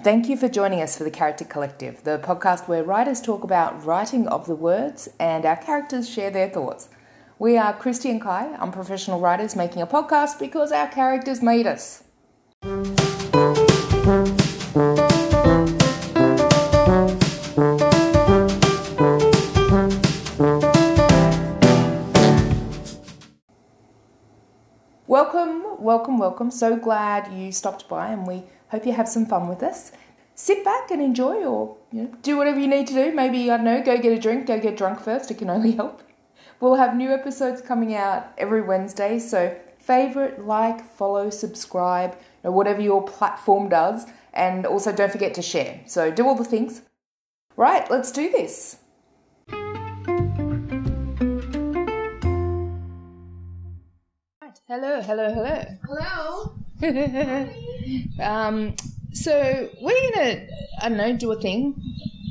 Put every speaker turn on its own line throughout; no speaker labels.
Thank you for joining us for the Character Collective, the podcast where writers talk about writing of the words and our characters share their thoughts. We are Christy and Kai, unprofessional writers making a podcast because our characters made us. Welcome, welcome, welcome. So glad you stopped by and we hope you have some fun with us. Sit back and enjoy or you know, do whatever you need to do. Maybe, I don't know, go get a drink, go get drunk first. It can only help. We'll have new episodes coming out every Wednesday. So, favorite, like, follow, subscribe, you know, whatever your platform does. And also, don't forget to share. So, do all the things. Right, let's do this. Right. Hello, hello, hello.
Hello.
Um, so we're gonna, I don't know, do a thing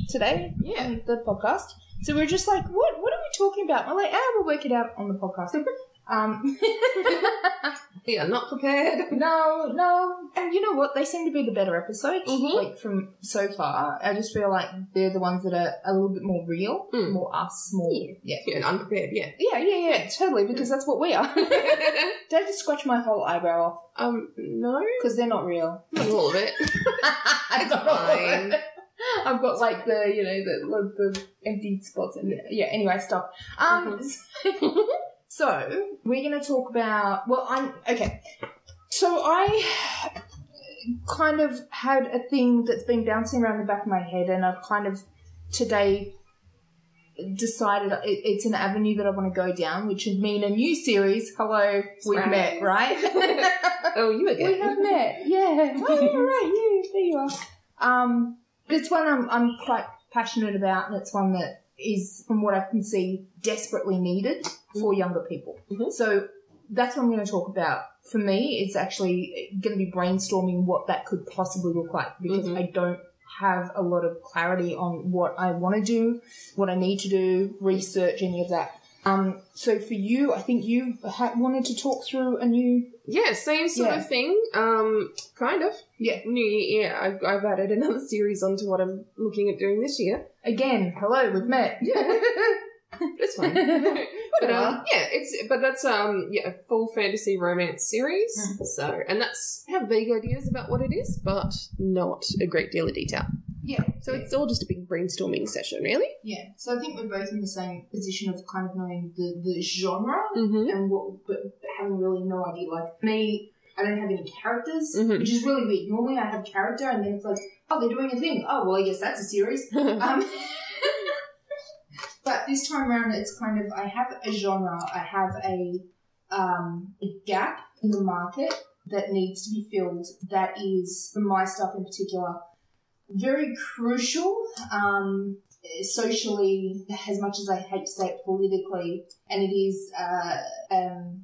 today
Yeah.
on the podcast. So we're just like, what? What are we talking about? We're like, ah, we'll work it out on the podcast. um,
We are not prepared.
no, no, and you know what? They seem to be the better episodes,
Mhm.
like from so far. I just feel like they're the ones that are a little bit more real,
Mm.
more us, more yeah.
Yeah, Mm. unprepared. Yeah.
Yeah, yeah, yeah, totally, because that's what we are. Did I just scratch my whole eyebrow off?
um, no,
Because they're not real.
not all of it.
I've got all of it. I've got like the you know the the, the empty spots and yeah. Anyway, stop. Um, so we're gonna talk about well, I'm okay. So I kind of had a thing that's been bouncing around the back of my head, and I've kind of today decided it, it's an avenue that I want to go down, which would mean a new series. Hello, we've
Right.
met, right?
Oh, you again?
We have met, yeah. Oh, yeah, right, you, there you are. Um, it's one I'm, I'm quite passionate about, and it's one that is, from what I can see, desperately needed for younger people.
Mhm.
So that's what I'm going to talk about. For me, it's actually going to be brainstorming what that could possibly look like because
Mhm.
I don't have a lot of clarity on what I want to do, what I need to do, research, any of that. Um, so for you, I think you ha- wanted to talk through a new
Yeah, same sort
Yeah.
of thing. Um, kind of.
Yeah.
New Year. Yeah, I've, I've added another series onto what I'm looking at doing this year.
Again, hello, we've met.
It's fine. but um, yeah, it's but that's um yeah a full fantasy romance series.
Mm-hmm.
So and that's I have vague ideas about what it is, but not a great deal of detail.
yeah,
So it's all just a big brainstorming session, really.
yeah. So I think we're both in the same position of kind of knowing the, the genre
Mm-hmm.
and what, but having really no idea. Like me, I don't have any characters,
Mhm.
which is really weird. Normally, I have character, and then it's like, oh, they're doing a thing. Oh, well, I guess that's a series. Um, but this time around, it's kind of I have a genre, I have a um, a gap in the market that needs to be filled. That is for my stuff in particular very crucial. Um, socially, as much as I hate to say it, politically, and it is. Uh, um,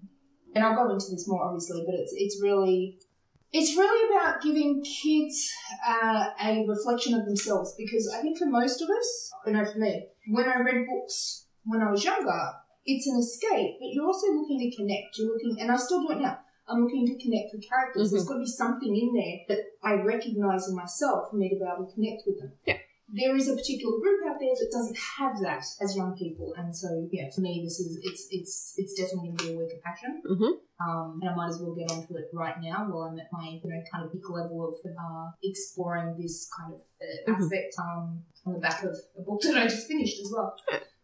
and I'll go into this more obviously, but it's it's really. It's really about giving kids uh, a reflection of themselves because I think for most of us, I know for me, when I read books when I was younger, it's an escape, but you're also looking to connect. You're looking, and I still do it now. I'm looking to connect with characters. There's got to be something in there that I recognise in myself for me to be able to connect with them.
Yeah.
There is a particular group out there that doesn't have that as young people, and so yeah, for me, this is it's it's it's definitely going to be a work of passion.
Mhm.
Um, and I might as well get onto it right now while I'm at my you know kind of peak level of uh, exploring this kind of uh,
Mhm.
aspect um, on the back of a book that I just finished as well.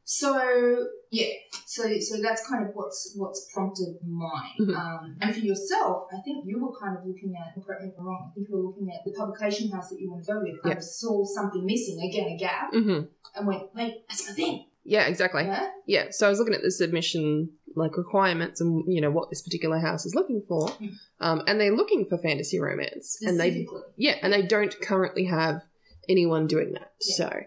So yeah, so so that's kind of what's what's prompted mine.
Mhm.
Um, and for yourself, I think you were kind of looking at correct me if I'm wrong. I think you were looking at the publication house that you want to go with. I
Yeah.
saw something missing again, a gap,
Mm-hmm.
and went, wait, that's my thing.
Yeah, exactly.
yeah?
yeah, so I was looking at the submission like requirements and you know what this particular house is looking for,
Mm.
um, and they're looking for fantasy romance, and they
Specifically.
yeah, and they don't currently have anyone doing that,
Yeah.
so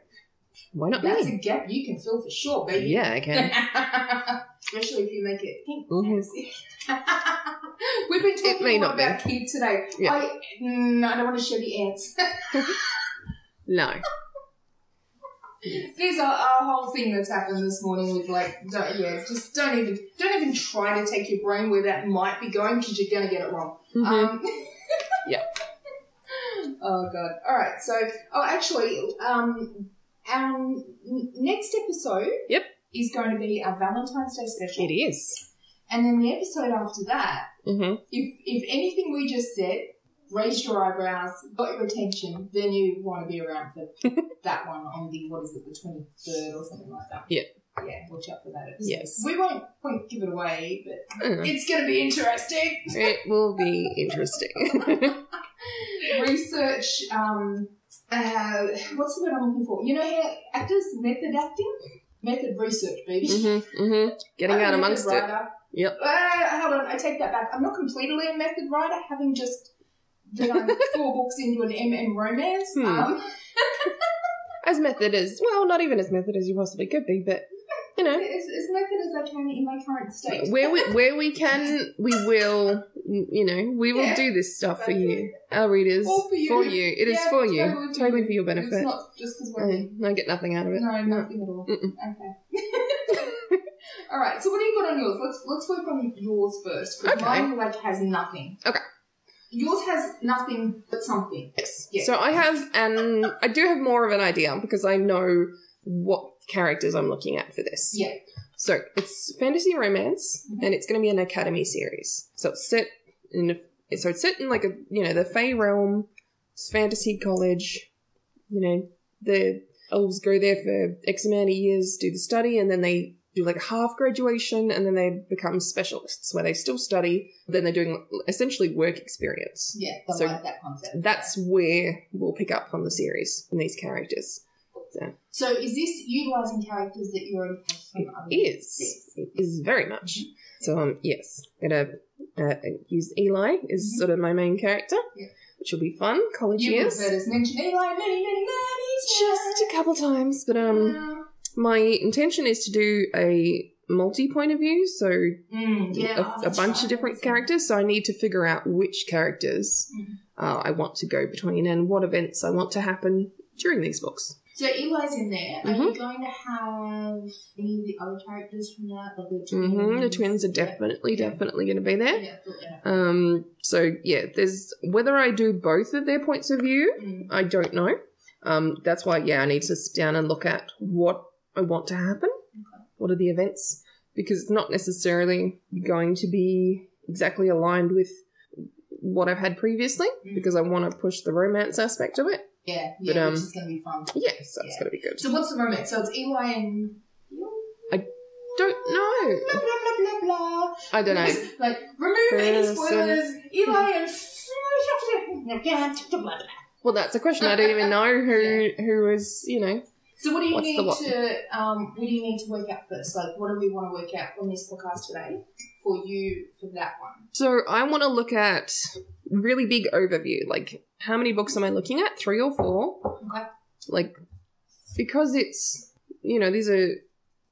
why not
that's
me?
a gap you can fill for sure, baby.
Yeah, I can.
Especially if you make it pink.
Mhm.
fantasy. We've been talking
It may
more
not be.
about kids today.
Yeah.
I, mm, I don't want to show the ants.
no,
There's a, a whole thing that's happened this morning with like, don't, yeah, just don't even, don't even try to take your Mm-hmm.
Mm-hmm.
brain where that might be going because you're gonna get it wrong.
Mhm.
Um,
Yeah.
Oh god. All right. So, oh, actually, um, our n- next episode.
Yep.
Is going to be our Valentine's Day special,
It is.
and then the episode after that.
Mm-hmm.
If if anything we just said raised your eyebrows, got your attention, then you want to be around for that one on the what is it, the twenty third or something like that.
Yep.
Yeah. Watch out for that. episode.
Yes.
We won't, won't give it away, but
Mm.
it's going to be interesting.
It will be interesting. Mm-hmm.
research. Um, uh, what's the word I'm looking for? You know how actors method acting, method research, baby.
mm-hmm. Mm-hmm. Getting
I'm a
out
method
amongst it.
writer.
Yep.
Uh, hold on, I take that back. I'm not completely a method writer, having just you know four books into an MM romance.
Hmm.
Um,
As method as well, not even as method as you possibly could be, but you
as,
know,
as method as I can in my current state.
where we where we can, we will. You know, we will
Yeah.
do this stuff for
That's
you, our readers,
All for you.
It is
Yeah,
for you,
totally for
totally
you.
for your
It's
benefit.
not just because we're
Mm, I get nothing out of it.
No, nothing at all.
Mm-mm.
Okay. all right. So what do you got on yours? Let's let's work on yours first. 'cause
Okay.
Mine like has nothing.
Okay.
Yours has nothing but something.
Yes.
Yeah.
So I have an I do have more of an idea because I know what characters I'm looking at for this.
Yeah.
So it's fantasy romance
Mhm.
and it's going to be an academy series. So it's set in a, so it's set in like a you know the Fey realm, it's fantasy college, you know the elves go there for X amount of years, do the study, and then they do like a half graduation and then they become specialists where they still study. Then they're doing essentially work experience
Yeah. I
So
like that concept.
that's where we'll pick up on the series and these characters.
So is this utilizing characters that you already have from other?
It is. It is very much. So um, yes, gonna uh, use Eli is
Mhm.
sort of my main character,
Yeah.
which will be fun. College
You have
years,
heard us mention Eli many, many, many
just a couple times, but um,
times.
my intention is to do a multi point of view, so
Mm, yeah, oh,
a, a
that's
bunch
right.
of different characters. So I need to figure out which characters
Mm-hmm.
uh, I want to go between and what events I want to happen during these books.
So Eli's in there. Are
Mm-hmm.
you going to have any of the other characters from that? Like the twins?
hmm The twins are definitely,
Yeah.
definitely going to be
Yeah,
there.
yeah, thought that.
Um, so yeah, there's whether I do both of their points of view,
Mm.
I don't know. Um, that's why yeah, I need to sit down and look at what I want to happen. What are the events? Because it's not necessarily going to be exactly aligned with what I've had previously,
Mm.
because I want to push the romance aspect of it.
Yeah, yeah,
But,
which
um,
is going to be fun.
Yeah, so it's
Yeah.
got to be good.
So what's the romance? So it's Eli and.
Don't know.
Blah, blah, blah, blah, blah.
I don't know.
like, remove any
Person.
spoilers. Eli and. So
Well, that's a question. I don't even know who who is you know
what do you
What's the
need
what?
to um? What do you need to work out first? Like, what do we want to work out on this podcast today for you for that one?
So I want to look at really big overview. Like, how many books am I looking at? Three or four?
Okay.
Like, because it's you know these are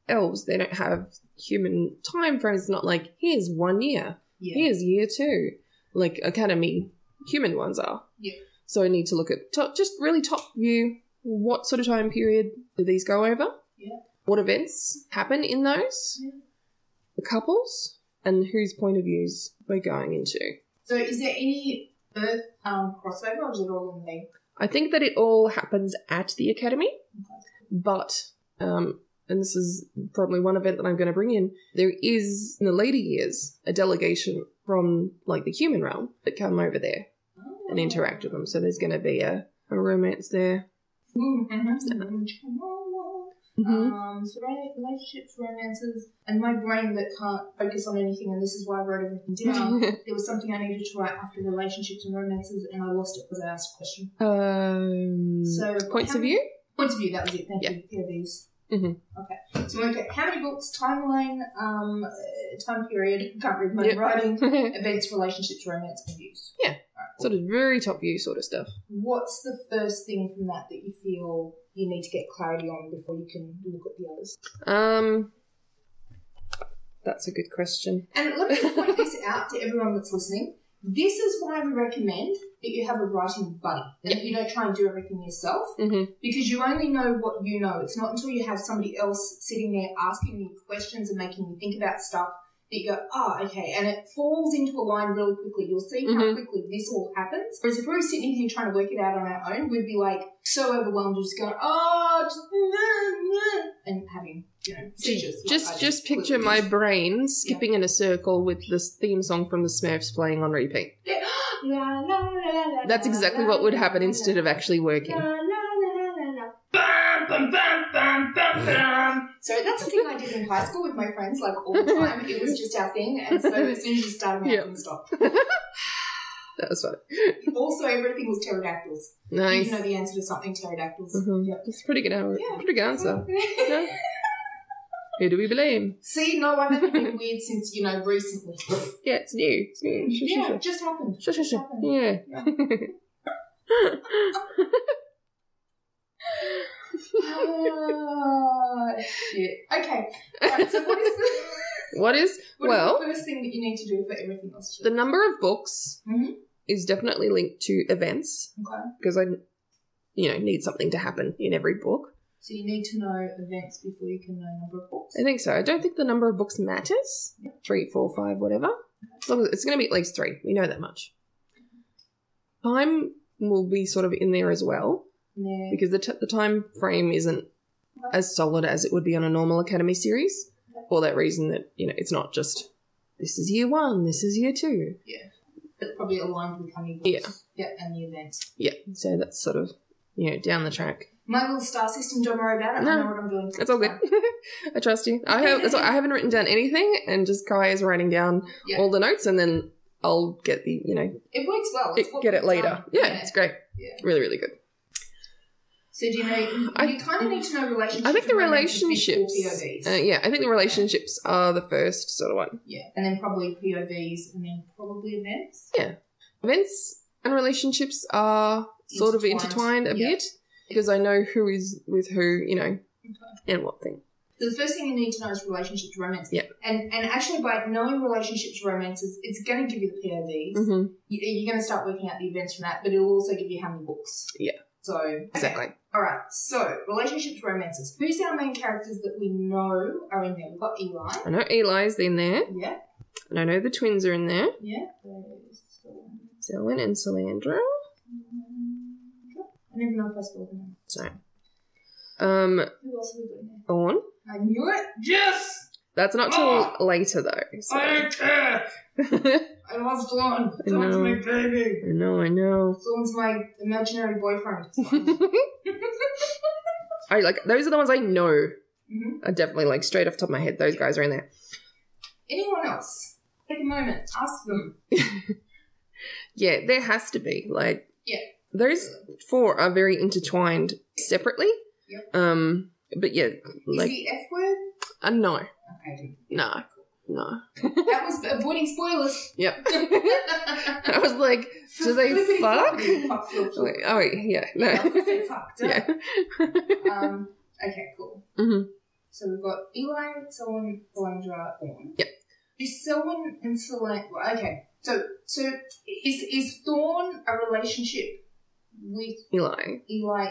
elves. They don't have human time frames. It's not like here's one year,
Yeah,
here's year two. Like academy human ones are.
Yeah.
So I need to look at top, just really top view. What sort of time period do these go over?
Yeah.
What events happen in those?
Yeah.
The couples and whose point of views we're going into.
So is there any Earth um crossover, or is it all in the
I think that it all happens at the academy, but um, and this is probably one event that I'm going to bring in. There is in the later years a delegation from like the human realm that come over there and interact with them. So there's going to be a, a romance there. Mhm.
Mm-hmm. Um, so rela- relationships, romances, and my brain that can't focus on anything, and this is why I wrote everything
Mm-hmm.
down. there was something I needed to write after relationships and romances, and I lost it because I asked a question.
um,
So
points
how
of
many-
view.
Points of view, that was it. Thank
Yeah.
you. POVs.
Mhm.
Okay. So okay, how many books, timeline, um, uh, time period, can't read my own
Yeah.
writing,
sort
events, relationships, romance, and views.
Yeah.
Alright, cool.
of very top view sort of stuff.
What's the first thing from that that you feel you need to get clarity on before you can look at the others?
Um, that's a good question.
And let me just point this out to everyone that's listening. This is why we recommend that you have a writing buddy and that you don't try and do everything yourself
Mm-hmm.
because you only know what you know. It's not until you have somebody else sitting there asking you questions and making you think about stuff that you go, ah, okay, and it falls into a line really quickly. You'll see how
Mhm.
quickly this all happens. Whereas if we were sitting here trying to work it out on our own, we'd be like so overwhelmed, just going, oh, just, nah, nah," and having you know seizures. like I
Just just picture my
completely-
brain skipping in a circle with this theme song from the Smurfs playing on repeat.
La, la, la, la, la,
That's
la,
exactly
la,
what would
la,
happen
la,
instead of actually
la,
working.
la, la, la, la, la. Bum, bum, bum, bum, bum, bum. So that's the thing I did in high school with my friends, like all the time. It was just our thing, and so as soon as you started, I
Yeah.
couldn't stop.
That was fun.
Also, everything was pterodactyls.
Nice.
You know the answer to something pterodactyls.
Mhm.
Yep.
That's a pretty good hour.
Yeah.
Pretty good answer. Yeah. Who do we blame?
See, no, I've only been weird since, you know, recently.
Yeah, it's new. It's new. Sure, sure,
yeah,
sure.
it just happened.
Sure, sure, sure.
happened.
Yeah.
Ah, shit. Okay. Alright, so what is, the,
What is
what is
Well-
the first thing that you need to do for everything else?
the number of books
Mhm.
is definitely linked to events
okay.
because I, you know, need something to happen in every book.
So you need to know events before you can know number of books.
I think so. I don't think the number of books matters. Three, four, five, whatever. As long as- It's going to be at least three. We know that much. Time will be sort of in there as well
Yeah.
because the, t- the time frame isn't as solid as it would be on a normal academy series for that reason that, you know, it's not just this is year one, this is year two.
That's probably aligned with how many books.
Yeah.
Yeah, and the events.
Yeah. So that's sort of, you know, down the track.
My little star system, don't worry about it. I
No.
know what I'm doing.
That's all good. I trust you. I, have, that's why I haven't written down anything and just Kai is writing down
Yeah.
all the notes and then I'll get the, you know,
It works well. It's
it,
what
get
we've
it later.
done.
Yeah, it's great.
Yeah.
Really, really good.
So do you know? You,
I-
kind of need to know relationships.
I think the
and romances before POVs.
relationships. Uh, yeah, I think the relationships are the first sort of one.
yeah, and then probably POVs, and then probably events.
Events and relationships are sort of
Intertwined,
intertwined a
yeah.
bit because I know who is with who, you know,
Okay.
and what thing.
So the first thing you need to know is relationships, romance.
Yeah.
And and actually, by knowing relationships, romances, it's going to give you the POVs.
hmm
You, you're going to start working out the events from that, but it'll also give you how many books.
Yeah.
So okay.
Exactly.
All right. So relationships, romances. Who's our main characters that we know are in there? We've got Eli.
I know Eli's in there,
Yeah.
and I know the twins are in there,
Yeah. There's, um,
Selwyn and Salandra.
I never know if I spelled the name.
So, um,
Who else have we got in there?
Thorn.
I knew it. Yes!
That's not till
Oh.
later though. So.
I
I
don't care. I love Thorn.
I
Thorn's
know.
my baby.
know, I know.
Thorn's my imaginary boyfriend. Mhm.
I like those are the ones I know I definitely like straight off the top of my head, those guys are in there.
Anyone else? Take a moment. Ask them.
Yeah, there has to be like
Yeah.
Those four are very intertwined separately.
Yep.
Um, but yeah,
Is
like
the F word?
uh, no,
Okay.
no, no.
That was avoiding spoilers.
Yep. I was like, Do they
Flippity
fuck?
floppity, fuck, flop,
oh,
flop.
wait, oh, wait, yeah,
Yeah, I
no,
said fuck, duh.
yeah,
Um, okay, cool.
Mhm.
So we've got Eli, Selwyn, Solandra, Thorn.
Yep.
Is Selwyn and Solandra okay? So, so is is Thorn a relationship with
Eli.
Eli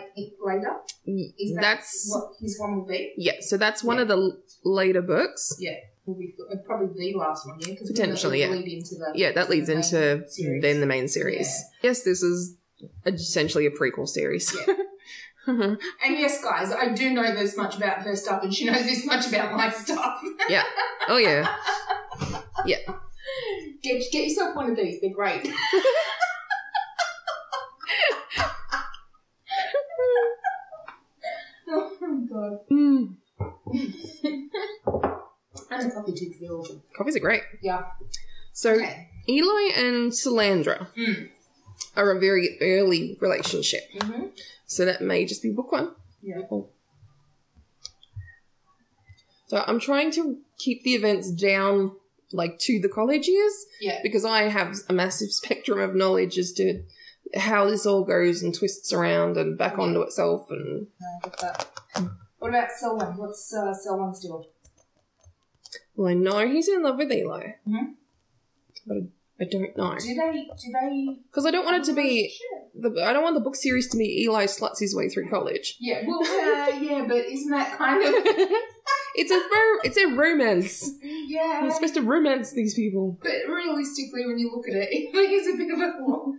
later? Is that
That's
what his one will be?
yeah. So that's one of the l- later books.
Will be probably the last one, yeah. 'Cause we
Potentially,
know it will
yeah.
Lead into the
Yeah, that leads
the main
into
series.
then the main series. Yes, this is essentially a prequel series. Yeah.
And yes, guys, I do know this much about her stuff, and she knows this much about my stuff.
oh yeah,
Get get yourself one of these; they're great. oh my god!
mm.
And a coffee too filled.
copies are great.
Yeah.
So
Okay.
Eli and Salandra
Mm.
are a very early relationship.
Mm-hmm.
So that may just be book one.
Yeah.
Oh. So I'm trying to keep the events down like to the college years
Yeah.
because I have a massive spectrum of knowledge as to how this all goes and twists around and back onto itself and
No, Uh, I get that. What about Selwyn? What's uh, Selwyn's deal?
well I know he's in love with Eli.
Mhm.
But I- I don't know.
Do they? Do they?
Because I don't want it to be
Sure.
the I don't want the book series to be Eli sluts his way through college.
Yeah. Well. Uh, yeah. But isn't that kind of?
it It's a ro- it's a romance.
Yeah.
You're supposed to romance these people.
But realistically, when you look at it, he's a bit of a wall.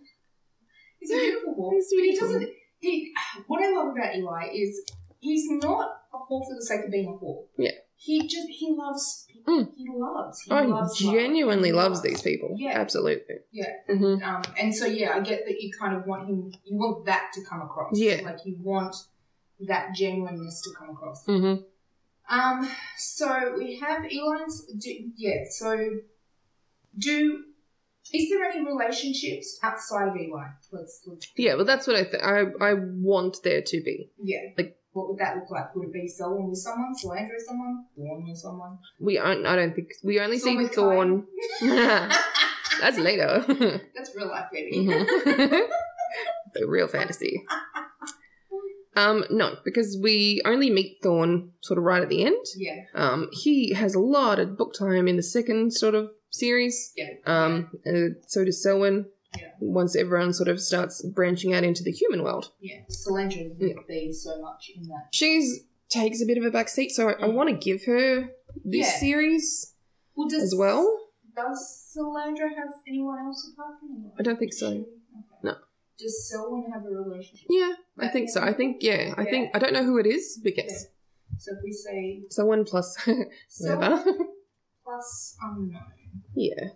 He's a beautiful wall.
He's
But he
beautiful.
doesn't. He. What I love about Eli is he's not a whore for the sake of being a whore.
Yeah.
He just he loves. He,
Mm.
he loves. He
Oh,
loves
he
love.
genuinely
He
loves these people.
Yeah.
Absolutely.
Yeah.
hmm
Um, and so yeah, I get that you kind of want him. You want that to come across.
Yeah.
Like you want that genuineness to come across.
hmm
Um, so we have Elon's. Do, yeah, so do. Is there any relationships outside of Elon? Let's, let's.
Yeah, well, that's what I think. I, I want there to be.
Yeah.
Like-
what would that look like? Would it be Solon with someone, Solandra with someone, Thorn with someone?
We aren't, I don't think, we only
Thorn
see
with
Thorn. that's later.
That's real life, baby.
Mhm. the real fantasy. Um, no, because we only meet Thorn sort of right at the end.
Yeah.
Um, he has a lot of book time in the second sort of series.
Yeah.
Um, uh, so does Selwyn.
Yeah.
Once everyone sort of starts branching out into the human world,
Yeah. Solandra
Yeah.
would be so much in that.
she's takes a bit of a backseat. So I, I want to give her
Mm.
this
Yeah.
series
Well, does,
as well.
Does Solandra have anyone else apart from Elon?
I don't think so.
Okay.
No.
Does Selwyn have a relationship?
Yeah, I think so. I think yeah. I think I don't know who it is, but yes.
So if we say
Someone plus
Selwyn
whatever.
plus unknown.
yeah.
at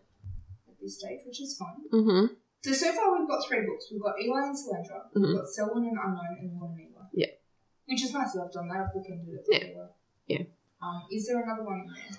this stage, which is fine.
hmm
So so far we've got three books. We've got Eli and Solandra,
Mhm.
we've got Selwyn and Unknown, and Lorne and Eli.
Yeah.
Which is nice. I've done that. I've bookended it.
Yeah.
well.
Yeah.
Um, is there another one in there?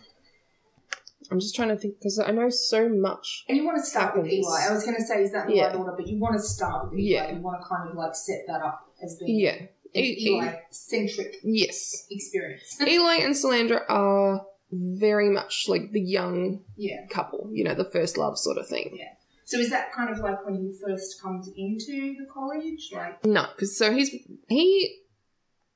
I'm just trying to think because I know so much.
And you want to start with
Happens.
Eli. I was going to say, is that in the
Yeah.
right order? But you want to start with Eli.
Yeah.
You want to kind of like set that up as being
Yeah.
an
E- e-
Eli centric
Yes.
experience.
Eli and Solandra are very much like the young
yeah.
couple, you know, the first love sort of thing.
So is that kind of like when you first comes into the college? Like,
No, because so he's he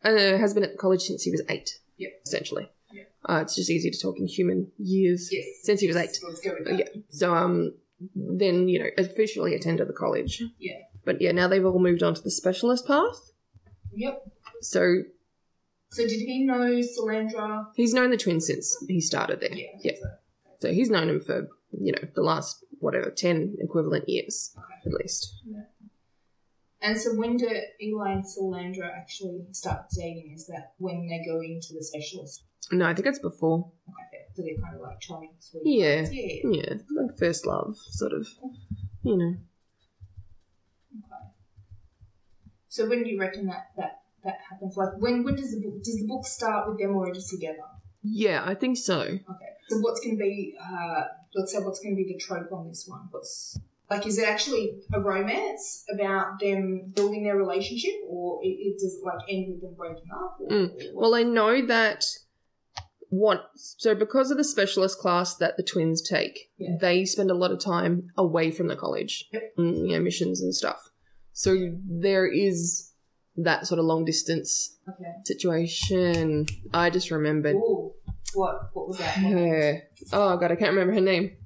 uh, has been at college since he was eight.
Yep.
Essentially.
Yep.
Uh, it's just easier to talk in human years.
yes.
Since he was eight.
Let's go with
Uh,
that.
yeah. So um, then you know officially attended the college.
Yeah.
But yeah, now they've all moved on to the specialist path.
Yep.
So
So did he know Solandra?
he's known the twins since he started there.
Yeah.
Yeah. So he's known him for you know the last whatever ten equivalent years at least.
And so when do Eli and Solandra actually start dating? Is that when they go into the specialist?
No, I think it's before.
Okay, so they're kind of like charming
Yeah.
sweethearts. Yeah.
Yeah, like first love sort of. You know.
Okay. So when do you reckon that that that happens? Like when when does the book does the book start with them already together?
Yeah, I think so.
Okay. So what's going to be uh let's say what's going to be the trope on this one? What's like is it actually a romance about them building their relationship, or it, it does it like end with them breaking up? Or,
Mm.
or-
Well, I know that what so because of the specialist class that the twins take,
Yeah.
they spend a lot of time away from the college,
Yep.
mm, you know, missions and stuff. So there is that sort of long distance
okay.
situation. I just remembered
Ooh, what what was that? What-
her. Oh god, I can't remember her name.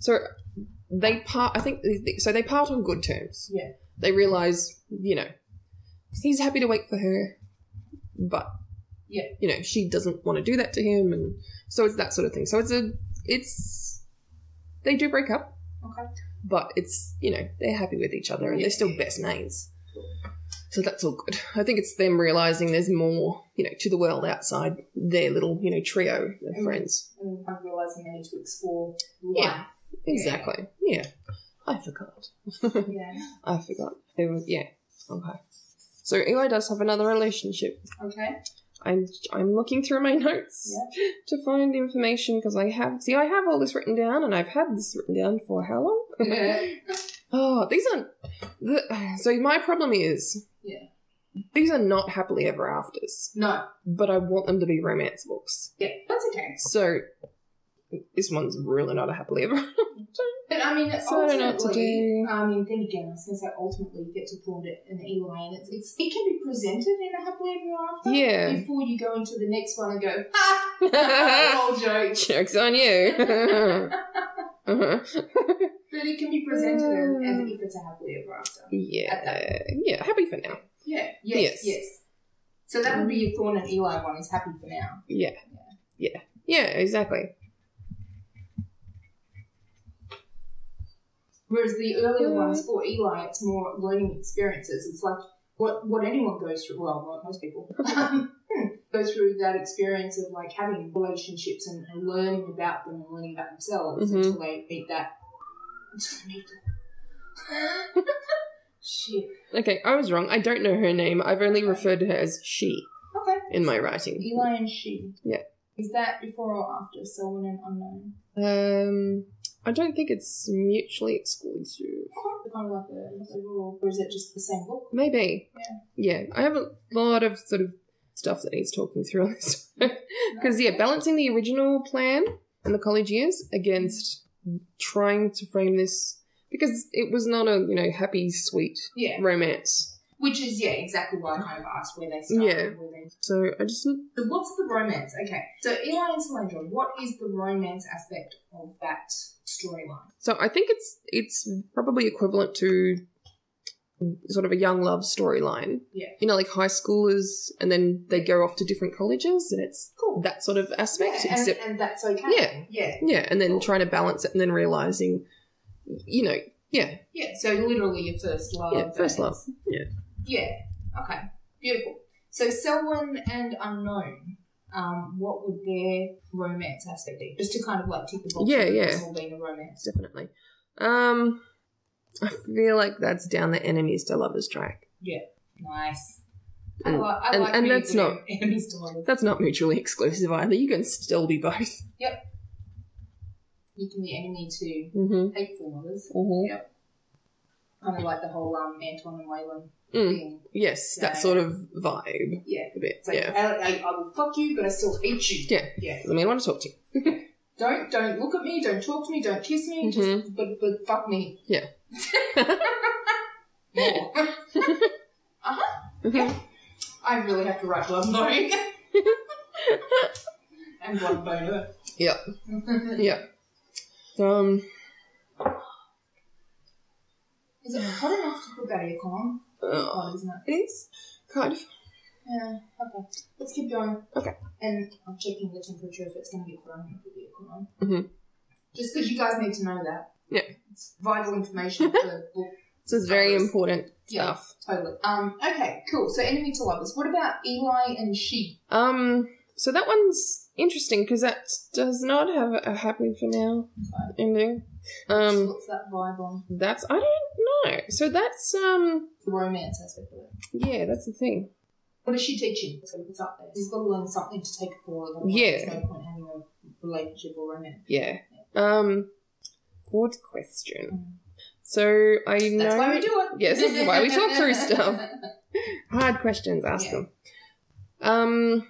So they part. I think so. They part on good terms.
Yeah.
They realize, you know, he's happy to wait for her, but
Yeah.
you know, she doesn't want to do that to him, and so it's that sort of thing. So it's a, it's, they do break up,
Okay.
but it's you know they're happy with each other and they're still best mates. So that's all good. I think it's them realizing there's more, you know, to the world outside their little, you know, trio of
Mm.
friends.
And I'm realizing I need to explore life.
Yeah. Exactly. Yeah. I forgot.
Yeah.
I forgot. It was yeah. Okay. So Eli does have another relationship.
Okay.
I'm I'm looking through my notes to find the information because I have see I have all this written down and I've had this written down for how long?
Yeah.
oh, these aren't. The, so my problem is
Yeah.
these are not happily ever afters,
no.
but I want them to be romance books.
Yeah. That's okay.
So this one's really not a happily ever. after.
But I mean,
So I don't know what to
ultimately,
do.
I mean, think again. I was going to say, ultimately, you get to broad it in Eli, and it's, it's it can be presented in a happily ever after.
Yeah.
Before you go into the next one and go, ha,
Ah.
old joke.
Joke's on you. Uh-huh.
But it can be presented
Mm.
as, as if it's a happily ever after.
Yeah, yeah, happy for now.
Yeah. Yes.
Yes.
Yes. So that would be your Thorn and Eli one. Is happy for now.
Yeah. Yeah, exactly.
Whereas the earlier
Yeah.
ones for Eli, it's more learning experiences. It's like what what anyone goes through. Well, not most people go through that experience of like having relationships and, and learning about them and learning about themselves
Mhm.
until they meet that. Until they meet them. Shit.
Okay, I was wrong. I don't know her name. I've only referred to her as she
Okay.
in my writing.
Eli and she.
Yeah.
Is that before or after Selwyn and Unknown?
Um, I don't think it's mutually exclusive.
Okay. Kind of like a overall, or is it just the same book?
Maybe. Yeah. I have a lot of sort of stuff that needs talking through on this Because, yeah, balancing the original plan and the college years against trying to frame this because it was not a, you know, happy, sweet
Yeah.
romance.
Which is yeah, exactly why I kind of asked where they started,
Yeah.
where they
So I just,
So what's the romance? Okay, so Eli and Solandra, what is the romance aspect of that storyline?
so I think it's, it's probably equivalent to sort of a young love storyline.
Yeah.
You know, like high schoolers and then they go off to different colleges and it's
Cool.
that sort of aspect.
and,
except,
and that's okay.
Yeah.
yeah,
yeah, and then trying to balance it and then realizing, you know, yeah,
yeah. So literally your first love.
yeah, first
and-
love. Yeah.
Yeah. Okay. Beautiful. So Selwyn and Unknown. Um, what would their romance aspect be? Just to kind of like tick the box.
Yeah,
of
yeah.
This all being a romance.
definitely. Um, I feel like that's down the enemies to lovers track.
Nice.
And-
I, li- I
and-
like
and
being
that's
good
not-
at enemies to lovers.
That's not mutually exclusive either. You can still be both.
You can be enemy to
Mm-hmm.
hateful lovers.
Mm-hmm.
Kind of like the whole um Anton and Waylon
Mm,
thing.
yes, that
Yeah.
sort of vibe.
Yeah.
A bit.
It's like,
yeah.
I, I, I will fuck you, but I still hate you.
Yeah.
Yeah.
I mean, I want to talk to you.
Don't don't look at me. Don't talk to me. Don't kiss me. Just but but fuck me.
Mm-hmm. Yeah.
More. I really have to write one line. and one boner.
Yeah. yeah. Um,
Is it hot enough to put that aircon on? It's
uh,
hot, isn't it?
it is kind of.
Yeah. Okay. Let's keep going.
Okay.
And I'm checking the temperature if it's going to get warm with the aircon on.
Mhm.
Just because you guys need to know that.
Yeah.
It's vital information for the book.
So it's very
Colours.
important
Yeah.
stuff.
Totally. Um, okay, cool. So enemy to lovers. What about Eli and she?
Um, so that one's interesting because that does not have a happy for now ending. Um,
What's that vibe on?
That's I don't know. So that's um
The romance aspect of it.
yeah, that's the thing.
What is she teaching? So it's up there. She's got to learn something to take it forward. otherwise
Yeah.
There's no point having a relationship or romance.
Yeah. Um good question.
Mm.
So I know
That's why we do it.
Yes, this is why we talk through stuff. hard questions, ask
Yeah.
them. Um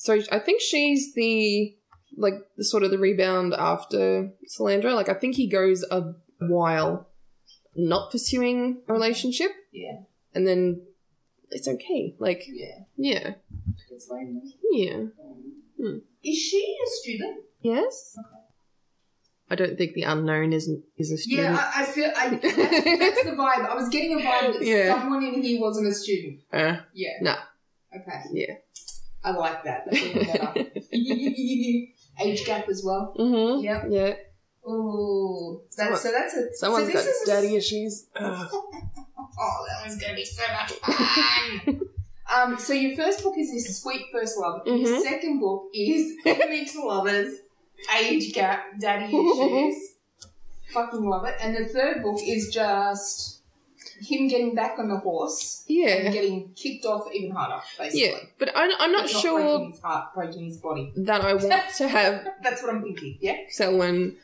so I think she's the like the sort of the rebound after Solandra. Like I think he goes a while not pursuing a relationship
Yeah.
and then it's okay. Like
Yeah.
yeah.
It's lonely.
Yeah. Hmm.
Um, Is she a student?
Yes. I don't think the unknown is is a student.
Yeah, I, I feel I, that's, that's the vibe. I was getting a vibe that
Yeah.
someone in here wasn't a student.
Uh,
Yeah.
No.
Okay.
Yeah.
I like that. That's even better. Age gap as well.
mm-hmm.
Yep.
Yeah.
Ooh, that's, so that's a.
Someone's
so
got
this is
daddy issues.
Oh, that one's gonna be so much fun. um, so your first book is this sweet first love. Your
Mhm.
second book is Enemy to Lovers, Age Gap, Daddy Issues. Fucking love it. And the third book is just him getting back on the horse and
yeah.
getting kicked off even harder, basically.
Yeah. But I, I'm not
But
sure
Breaking his heart, breaking his body.
that I want to have
That's what I'm thinking. Yeah.
Selwyn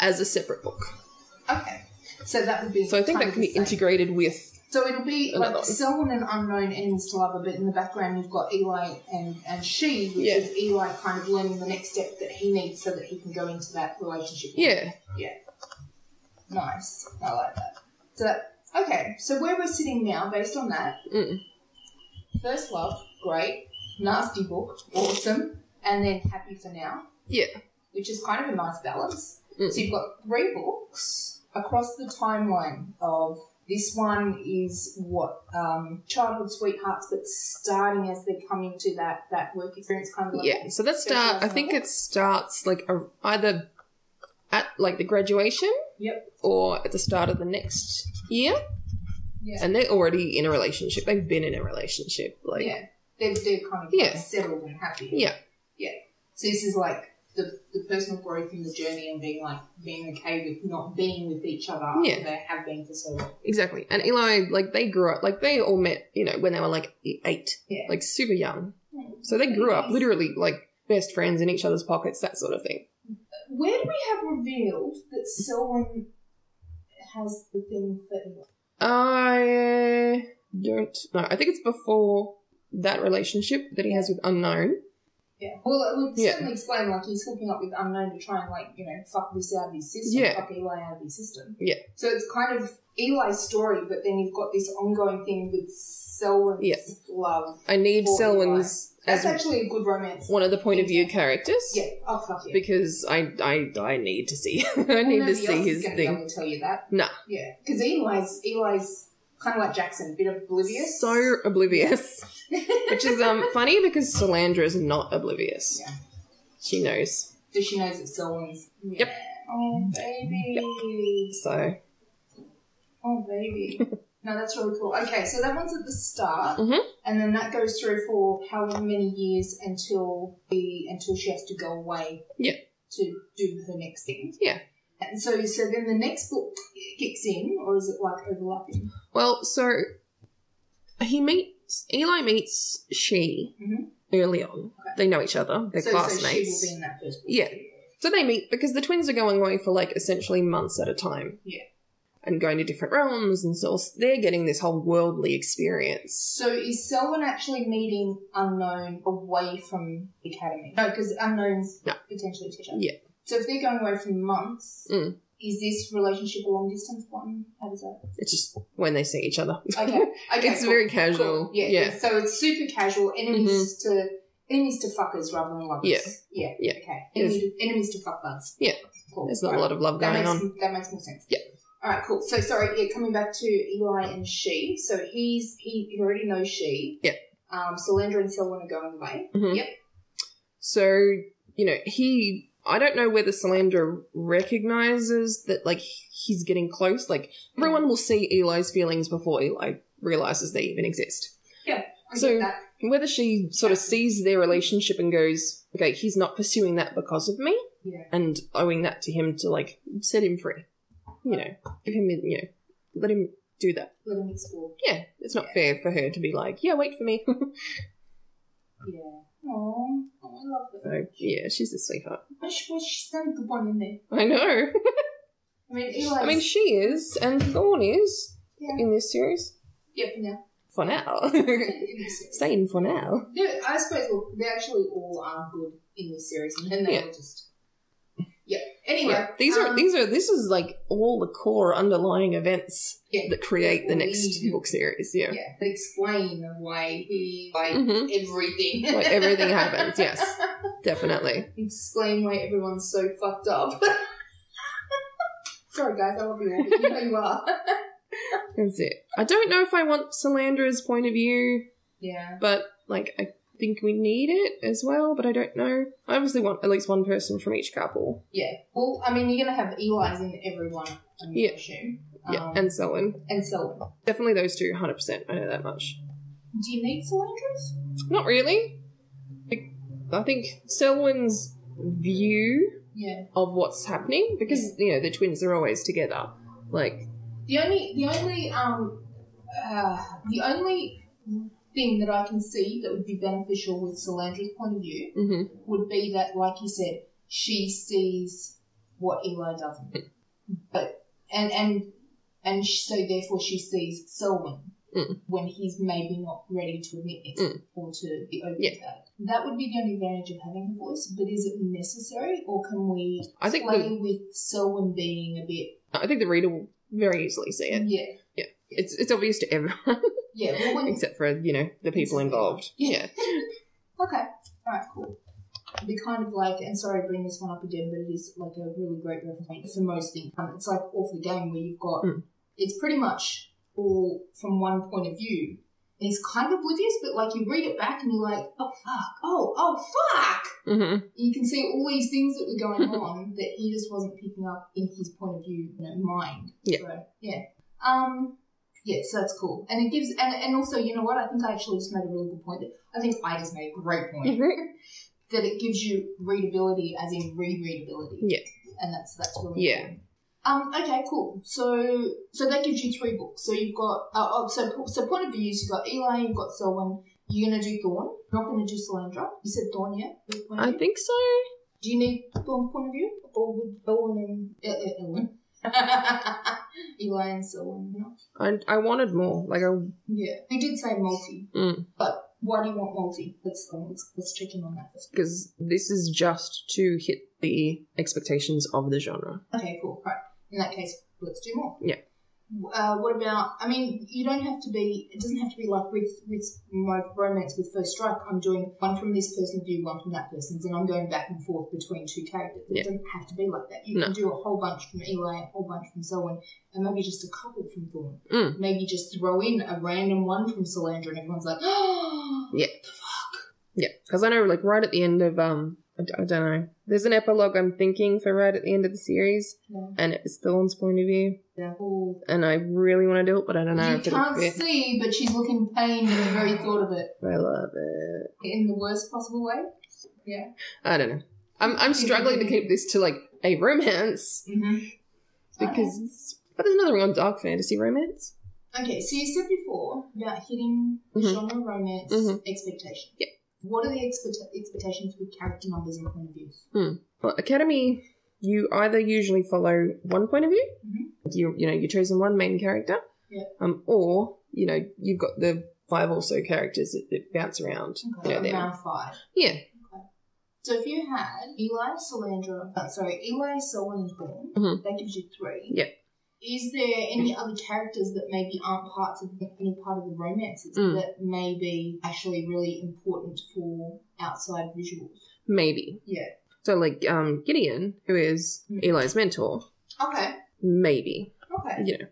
as a separate book.
Okay. So that would be.
So I think
kind
that
of
can
the
be
same.
integrated with.
So it'll be
Another
like
one.
someone and unknown ends to love, but in the background you've got Eli and, and she, which
Yeah.
is Eli kind of learning the next step that he needs so that he can go into that relationship.
Yeah.
Nice. I like that. So that, okay, so where we're sitting now, based on that,
Mm.
first love, great, nasty book, awesome, and then happy for now.
Yeah.
Which is kind of a nice balance.
Mm.
So you've got three books across the timeline of This one is what um, childhood sweethearts, but starting as they come into that that work experience kind of like
Yeah. So that start. I think it starts like a, either at like the graduation.
Yep.
Or at the start of the next year,
yeah.
and they're already in a relationship. They've been in a relationship. Like
yeah, they're, they're kind of
Yeah.
settled and happy.
Yeah.
Yeah. So this is like the, the personal growth and the journey and being like being okay with not being with each other after
Yeah.
they have been for so long.
exactly. And Eli, like they grew up. Like they all met, you know, when they were like eight,
Yeah.
like super young. So they grew up literally like best friends in each other's pockets, that sort of thing.
Where do we have revealed that Selwyn has the thing for Eli?
I don't know. I think it's before that relationship that he has with unknown.
Yeah. Well, it would
Yeah.
certainly explain like he's hooking up with unknown to try and like you know fuck this out of his system,
Yeah.
fuck Eli out of his system.
Yeah.
So it's kind of Eli's story, but then you've got this ongoing thing with Selwyn's
Yeah.
love.
I need
For
Selwyn's
That's
as
actually a good romance.
one of the point of view characters
Yeah. Oh fuck yeah.
because I I I need to see I need to see his thing.
I'll tell you that.
No.
Yeah, because Eli's Eli's kind of like Jackson, a bit oblivious.
So oblivious, which is um funny because Solandra is not oblivious.
Yeah.
She knows.
Does she knows it's Selwyn's?
Yep.
Yeah. Oh baby.
So
Oh baby. no, that's really cool. Okay, so that one's at the start,
Mhm.
and then that goes through for however many years until the until she has to go away.
Yeah.
To do her next thing.
Yeah.
And so, so then the next book kicks in, or is it like overlapping?
well, so he meets Eli meets she
Mhm.
early on.
Okay.
They know each other. They're
so,
classmates.
So she will be in that first book.
Yeah. So they meet because the twins are going away for like essentially months at a time.
Yeah.
And going to different realms, and so they're getting this whole worldly experience.
So is Selwyn actually meeting Unknown away from the academy? No, because Unknown's
No.
potentially a teacher.
Yeah.
So if they're going away for months,
Mm.
is this relationship a long distance one? How does that?
It's just when they see each other.
Okay. okay
it's
cool,
very
cool.
casual.
Yeah.
Yeah. Mm-hmm.
So it's super casual, enemies to enemies to fuckers rather than lovers.
Yeah.
Yeah.
Yeah.
Okay.
Yes.
Enemies, enemies to fuckers.
Yeah.
Cool.
There's not
Right.
a lot of love
That
going
makes,
on.
that makes more sense.
Yeah.
All right, cool. So sorry, yeah, coming back to Eli and she. So he's he, he already knows she.
Yeah.
Um, Solandra and Selwyn are going away.
Mhm.
Yep.
So, you know, he. I don't know whether Solandra recognizes that, like, he's getting close. Like, everyone will see Eli's feelings before Eli realizes they even exist.
I get
So-
that.
whether she sort of sees their relationship and goes, okay, he's not pursuing that because of me,
Yeah.
and owing that to him to like set him free, you know, give him, you know, let him do that.
Let him explore.
Yeah, it's not fair for her to be like, yeah, wait for me.
Yeah. Aww. Oh, I love her.
so, yeah, she's a sweetheart.
Wish, wish she's done a good one in there.
I know.
I mean, Eli.
I mean, she is, and Thorn is
Yeah.
in this series
yeah, for now.
for now.
In this series.
Saying for now.
They're- I suppose look, they actually all are good in this series, and then they
Yeah.
all just. Yeah. Anyway,
yeah, these are
um,
these are this is like all the core underlying events
Yeah.
that create the next
We-
book series. Yeah.
Yeah, they explain why he why
Mhm.
everything.
Why everything happens, yes. Definitely.
Explain why everyone's so fucked up. Sorry, guys, I love you all. but You know you are.
That's it. I don't know if I want Solandra's point of view,
Yeah.
but like I think we need it as well, but I don't know. I obviously want at least one person from each couple.
Yeah. Well, I mean, you're going to have Eli's in everyone, I mean,
Yeah.
I assume.
Yeah.
Um, and,
and Selwyn.
Selwyn.
Definitely those two, hundred percent. I know that much.
Do you need Solandra's?
Not really. Be- I think Selwyn's view
Yeah.
of what's happening, because you know, the twins are always together. Like
The only, the only, um, uh, the only thing that I can see that would be beneficial with Solandra's point of view
mhm.
would be that, like you said, she sees what Eli doesn't, but and and and sh- so therefore she sees Selwyn
Mm.
when he's maybe not ready to admit it
Mm.
or to be open
Yeah.
to that. That would be the only advantage of having her voice. But is it necessary, or can we
I think
play
the
with Selwyn being a bit?
I think the reader will very easily see it.
yeah,
It's it's obvious to everyone.
yeah. Well, when-
except for you know the people involved. Yeah,
Okay. Alright, cool. It'd be kind of like, and sorry to bring this one up again, but it is like a really great reference point for most things. Um, it's like Off the Game where you've got,
Mm.
it's pretty much all from one point of view. And he's kind of oblivious, but like you read it back and you're like, oh fuck, oh, oh fuck!
Mm-hmm.
You can see all these things that were going on that he just wasn't picking up in his point of view, you know, mind.
Yeah.
So, yeah. Um, yeah, so that's cool. And it gives, and, and also, you know what? I think I actually just made a really good point. That, I think I just made a great point. that it gives you readability as in rereadability.
Yeah.
And that's that's really
Yeah.
important. Um, okay, cool. So so that gives you three books. So you've got uh, oh, so po- so point of views. You've got Eli. You've got Selwyn. You're gonna do Thorn. You're not gonna do Solandra. You said Thorn, yeah. From your point of
I
view?
think so.
Do you need Thorn's point of view, or would Owen and uh, uh, Owen, Eli and Selwyn? No.
I, I wanted more. Like I
Yeah, they did say multi,
Mm.
but why do you want multi? Let's um, let's let's check in on that first.
because this is just to hit the expectations of the genre.
Okay, cool. Right. In that case, let's do more.
Yeah.
Uh, what about? I mean, you don't have to be. It doesn't have to be like with with my romance with First Strike. I'm doing one from this person's view, one from that person's, and I'm going back and forth between two characters.
Yeah.
It doesn't have to be like that. You
No.
can do a whole bunch from Eli, a whole bunch from Selwyn, and maybe just a couple from Thorn.
Mm.
Maybe just throw in a random one from Solandra, and everyone's like, oh,
Yeah, because I know, like, right at the end of um, I, d- I don't know. There's an epilogue I'm thinking for right at the end of the series,
no,
and it's Thorn's point of view,
they're all
and I really want to do it, but I don't know
you
if it'll
can't
fit.
see, but she's looking pained at the very thought of it
I love it.
in the worst possible way. Yeah.
I don't know. I'm I'm struggling to keep this to like a romance
Mm-hmm.
because, it's- but there's nothing wrong dark fantasy romance.
okay, so you said before about hitting
Mhm.
genre romance
Mhm.
expectation.
Yeah.
What are the expect- expectations with character numbers and point of views?
Well, academy, you either usually follow one point of view, you you know you're chosen one main character,
Mm-hmm. Yeah.
um, or you know you've got the five or so characters that, that bounce around.
Okay,
you know, them.
around five.
yeah,
So if you had Eli, Solandra, uh, sorry, Eli, Solon, and Thorn,
Mhm.
that gives you three.
Yeah.
Is there any other characters that maybe aren't parts of any part of the romances
Mm.
that may be actually really important for outside visuals?
maybe.
Yeah.
So like um, Gideon, who is
Mm.
Eli's mentor,
Okay.
maybe
Okay.
you know,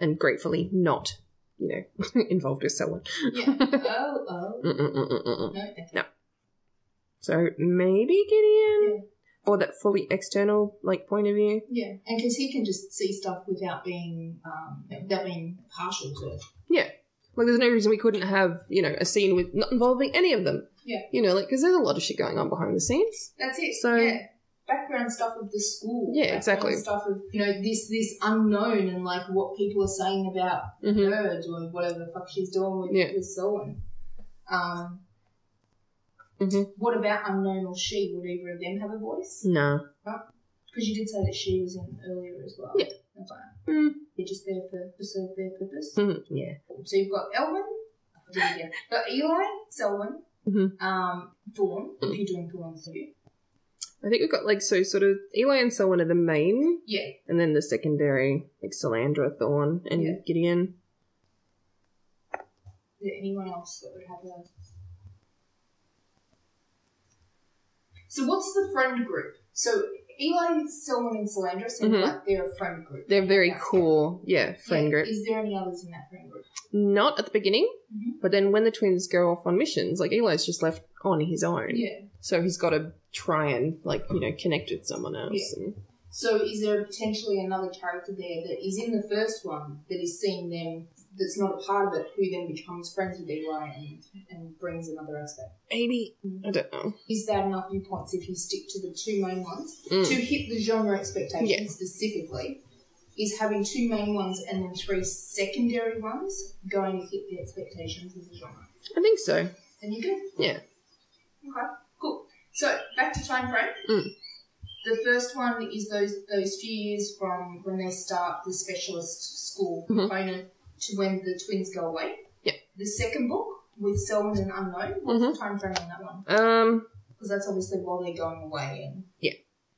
and gratefully not you know involved with someone.
Yeah. oh, oh.
Mm-mm-mm-mm-mm.
No, okay.
So maybe Gideon, or that fully external like point of view.
Yeah, and because he can just see stuff without being um, without being partial to it.
Like, there's no reason we couldn't have you know a scene with not involving any of them.
Yeah.
You know, like because there's a lot of shit going on behind the scenes.
That's it.
So-
yeah. background stuff of the school.
Yeah,
background
exactly.
Stuff of you know this this unknown and like what people are saying about
Mm-hmm.
her doing whatever the fuck she's doing with
Yeah.
with Solon. Um,
Mhm.
What about unknown or she? Would either of them have a voice?
Nah.
Because you did say that she was in earlier as well.
Yeah.
That's fine.
Mm.
They're just there for to serve their purpose.
Mhm. Yeah.
So you've got Elwin, yeah, got Eli, Selwyn,
Mhm.
um, Thorn, if you're doing Thorn too.
I think we've got like so sort of Eli and Selwyn are the main,
Yeah.
and then the secondary like Solandra, Thorn, and
Yeah.
Gideon.
Is there anyone else that would have a. So what's the friend group? So Eli, Selwyn, and Solandra seem
Mhm.
like they're a friend group.
They're very
Yeah.
cool. Yeah, friend
Yeah.
group.
Is there any others in that friend group?
Not at the beginning,
Mhm.
but then when the twins go off on missions, like Eli's just left on his own.
Yeah.
So he's got to try and like you know connect with someone else. And
So is there potentially another character there that is in the first one that is seeing them, that's not a part of it, who then becomes friends with Eli and, and brings another aspect?
maybe
Mm.
I don't know.
is that enough viewpoints if you stick to the two main ones
Mm.
to hit the genre expectation
Yeah.
specifically is having two main ones and then three secondary ones going to hit the expectations of the genre
I think so.
and you do
Yeah.
okay cool so back to time frame
Mm.
the first one is those those few years from when they start the specialist school
Mhm.
component to when the twins go away
Yeah.
the second book with Selwyn and Unknown, what's
Mm-hmm.
the time frame on that one?
Um.
Because that's obviously while they're going away and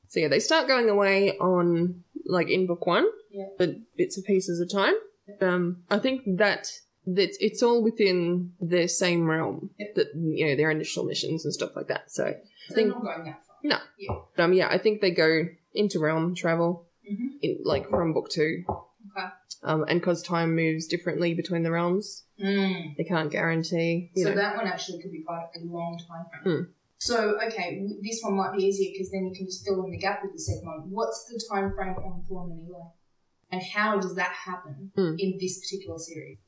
So yeah, they start going away on like in book one,
Yeah.
but bits and pieces of time. Um. I think that that it's all within the same realm
Yeah.
that you know their initial missions and stuff like that. So
so
think-
they're not going that far.
um. Yeah, I think they go into realm travel
Mhm.
in like from book two.
Okay.
Um, and because time moves differently between the realms,
Mm.
they can't guarantee. You
So
know.
that one actually could be quite a long time frame.
Hmm.
So okay, w- this one might be easier because then you can just fill in the gap with the second one. What's the time frame on Thorn and Eli, and how does that happen
Hmm.
in this particular series?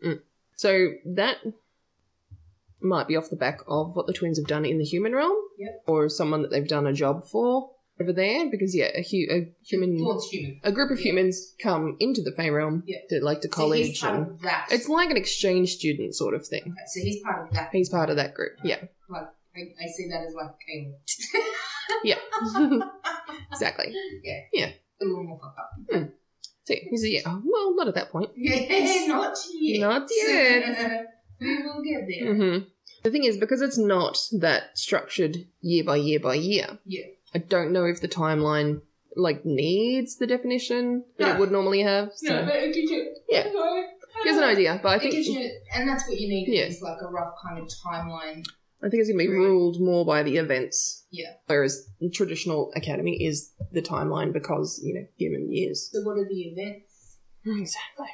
so that might be off the back of what the twins have done in the human realm,
Yep.
or someone that they've done a job for over there. Because yeah, a, hu- a human,
Thorn's human.
a group of
Yeah.
humans come into the Fey realm,
Yeah.
to, like to
So
college,
he's part
and
of that.
it's like an exchange student sort of thing.
Okay, so he's part of that.
He's part of that group. Yeah,
I, I see that as like Caleb.
exactly.
Yeah.
Yeah.
A little more fucked up.
So yeah, he's a, yeah, oh, well, not at that point.
Yes, not yet.
Not yet.
we will get there.
hmm The thing is, because it's not that structured year by year by year,
Yeah.
I don't know if the timeline like needs the definition that it
No.
would normally have. So
No, but it gives you.
Yeah. here's an idea, but I
It
think
gives you, and that's what you need
Yeah.
is like a rough kind of timeline.
I think it's gonna be ruled more by the events.
Yeah.
Whereas traditional academy is the timeline because you know human years.
So, what are the events?
Exactly.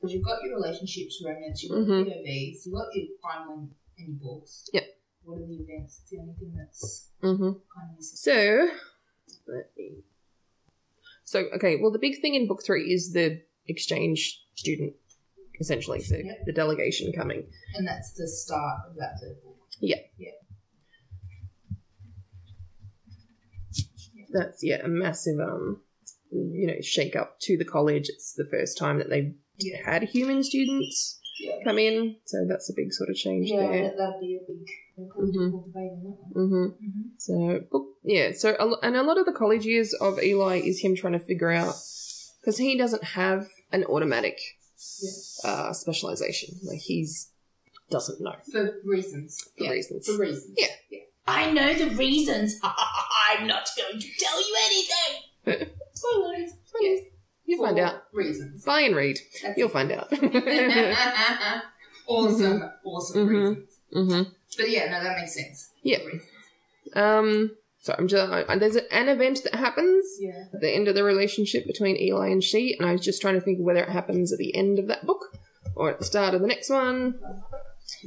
Because you've got your relationships, romance, you've got
Mhm.
POVs, you've got your timeline and your books.
Yep.
What are the events? It's the only thing that's
hmm
kind of missing.
So, let me. So, okay, well, the big thing in book three is the exchange student, essentially, so
Yep.
the delegation coming.
And that's the start of that third book.
That's, yeah, a massive, um, you know, shake up to the college. It's the first time that they've
Yeah.
had human students
Yeah.
come in, so that's a big sort of change
Yeah,
there.
that, that'd be a big
Mm-hmm.
political debate on that one.
hmm
Mm-hmm.
So, book, yeah. So, a lo- and a lot of the college years of Eli is him trying to figure out because he doesn't have an automatic uh, specialization. Like he's doesn't know
For reasons.
for
yeah.
reasons.
For reasons.
Yeah.
I know the reasons. I'm not going to tell you anything. Spoilers.
Yeah. You'll find
For
out.
Reasons.
Buy and read.
That's
You'll
it.
find out. Mm-hmm.
awesome. Awesome
Mhm.
reasons.
hmm
But yeah, no, that makes sense.
Yeah.
For reasons.
Um. So I'm just I, there's an event that happens
Yeah.
at the end of the relationship between Eli and she, and I was just trying to think whether it happens at the end of that book or at the start of the next one,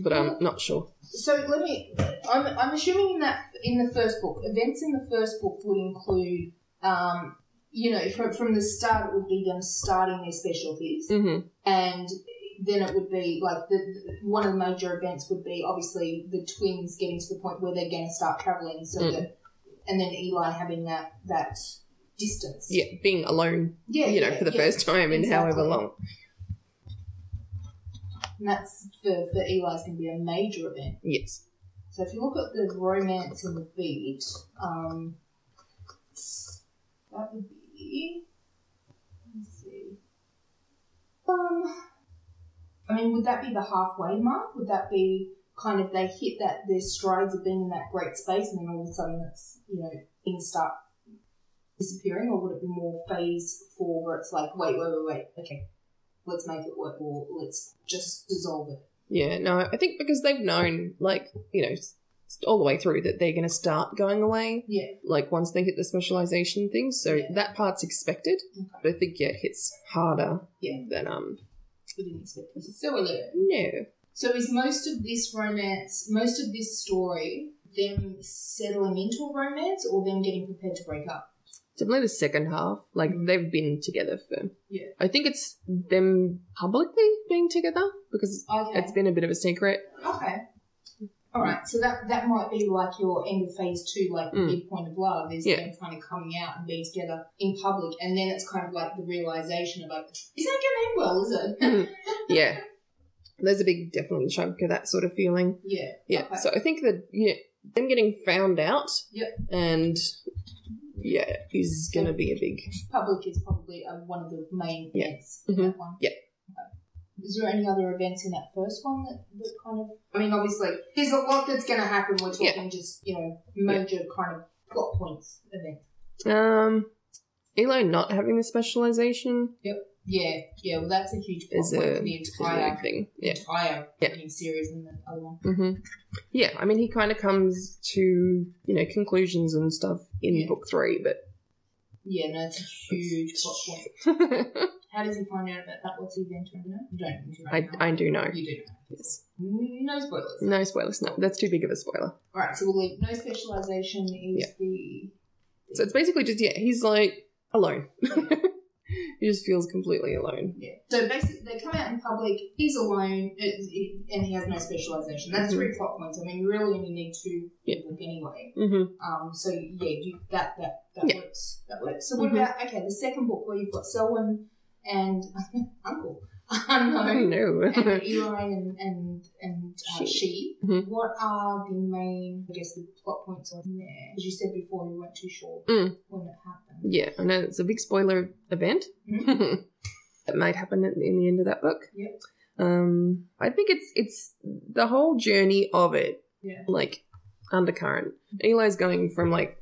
but I'm not sure.
So let me. I'm, I'm assuming in that in the first book, events in the first book would include, um, you know, from from the start it would be them starting their specialties,
hmm
and then it would be like the the- one of the major events would be obviously the twins getting to the point where they're going to start traveling, so
Mm.
that, and then Eli having that that distance.
Yeah, being alone,
yeah,
you know,
yeah,
for the
yeah.
first time in however
Exactly.
long.
And that's for for Eli's going to be a major event.
Yes.
So if you look at the romance in the beat, um, that would be. Let's see. Um, I mean, would that be the halfway mark? Would that be kind of they hit that their strides of being in that great space, and then all of a sudden it's you know things start disappearing, or would it be more phase four where it's like, wait, wait, wait, wait, okay, let's make it work, or let's just dissolve it.
Yeah, no, I think because they've known, like, you know, s- all the way through that they're going to start going away,
Yeah.
like, once they hit the specialization thing. So
Yeah.
that part's expected. But I think, yeah, it hits harder
Yeah.
than, um,
We didn't expect this. So alert.
no.
So is most of this romance, most of this story, them settling into a romance or them getting prepared to break up?
Definitely the second half. Like,
Mm.
they've been together for.
Yeah.
I think it's them publicly being together because
Okay.
it's been a bit of a secret.
okay. All right. So that that might be like your end of phase two, like the
Mm.
midpoint of love, is
Yeah.
them kind of coming out and being together in public, and then it's kind of like the realization of like, is that going to end well? Is it?
Mm. yeah. There's a big, definitely chunk of that sort of feeling.
yeah.
Yeah.
Okay.
So I think that you know, them getting found out.
Yep.
And yeah, is
So-
gonna be a big.
Public is probably uh, one of the main
Yeah. Mm-hmm.
events in that one.
Yeah.
Okay. Is there any other events in that first one that, that kind of? I mean, obviously, there's a lot that's going to happen. We're talking just you know major kind of plot points event.
Um, Eli not having the specialization
Yeah, yeah. Well, that's a huge plot
is
point
a,
for the
is a
entire
big thing. Yeah.
entire
Yeah.
new series and the other one.
hmm Yeah. I mean, he kind of comes to you know conclusions and stuff in
Yeah.
book three, but
Yeah, no, it's a huge plot point. How does he find out about that? What's the event? Do you know? You don't need to
I,
right now.
I do know.
You do know.
Yes.
No spoilers.
No spoilers. No, that's too big of a spoiler.
All right, so we'll leave. No specialization is
Yeah.
the.
So it's basically just yeah, he's like alone. he just feels completely alone.
Yeah. So basically, they come out in public. He's alone, it, it, and he has no specialization. That's
Mhm.
three plot points. I mean, you really only need two
Yeah.
people anyway.
Mm-hmm.
Um. So yeah, you, that that that
Yeah.
works. That works. So what
Mhm.
about okay? The second book where you've got Selwyn and Uncle
I
unknown
know.
and Eli and and, and uh,
She.
she.
Mhm.
What are the main, I guess, the plot points on there? As you said before, we weren't too sure
Mm.
when it happened.
yeah, I know it's a big spoiler event. that might happen at, in the end of that book.
Mm-hmm. Yep.
Um, I think it's it's the whole journey of it,
Yeah.
like undercurrent. Eli's going from like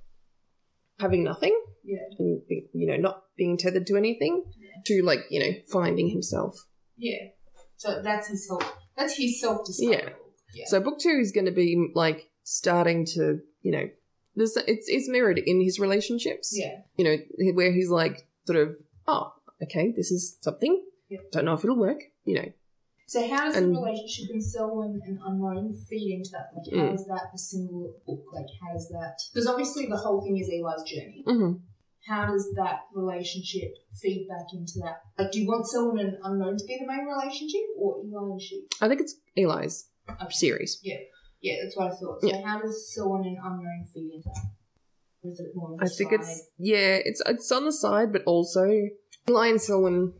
having nothing,
Yeah.
and be, you know, not being tethered to anything, to like you know finding himself.
Yeah. So that's his self. That's his self discovery.
Yeah. So book two is going to be like starting to, you know, this it's it's mirrored in his relationships.
yeah.
You know, where he's like sort of, oh, okay, this is something.
Yeah.
Don't know if it'll work. You know,
So how does
And-
the relationship in Selwyn and Unknown feed into that? Like, how
Mm.
is that a single book? Like, how does that? Because obviously the whole thing is Eli's journey.
hmm
How does that relationship feed back into that? Like, do you want Selwyn and Unknown to be the main relationship, or Eli and she?
I think it's Eli's
Okay.
series.
Yeah, that's what I thought. So how does someone in unknown feed into that? Or is it more of a
I think
side?
it's yeah, it's it's on the side, but also Eli and Selwyn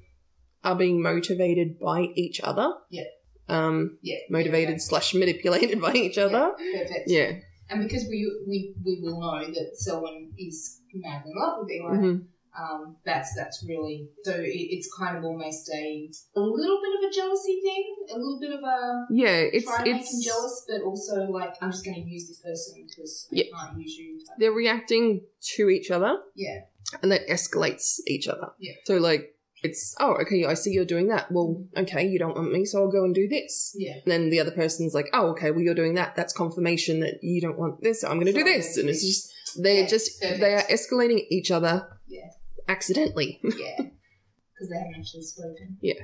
are being motivated by each other.
Yeah.
Um,
yeah,
motivated slash manipulated by each other.
Yeah, perfect.
Yeah.
And because we we we will know that someone is madly in love with Eli,
hmm
um, that's that's really so it, it's kind of almost a a little bit of a jealousy thing, a little bit of a
Yeah. It's
try and make him
it's
jealous, but also like I'm just going to use this person because
Yeah.
I can't use you. type.
they're reacting to each other
Yeah,
and that escalates each other.
Yeah.
So like it's oh okay I see you're doing that. Well okay you don't want me so I'll go and do this.
yeah.
And then the other person's like oh okay well you're doing that. That's confirmation that you don't want this. So I'm going to do
So I'm
this.
gonna
And
do
it's just they're
Yeah,
just
perfect.
they are escalating each other.
Yeah.
Accidentally.
yeah, because they haven't actually spoken. Yeah.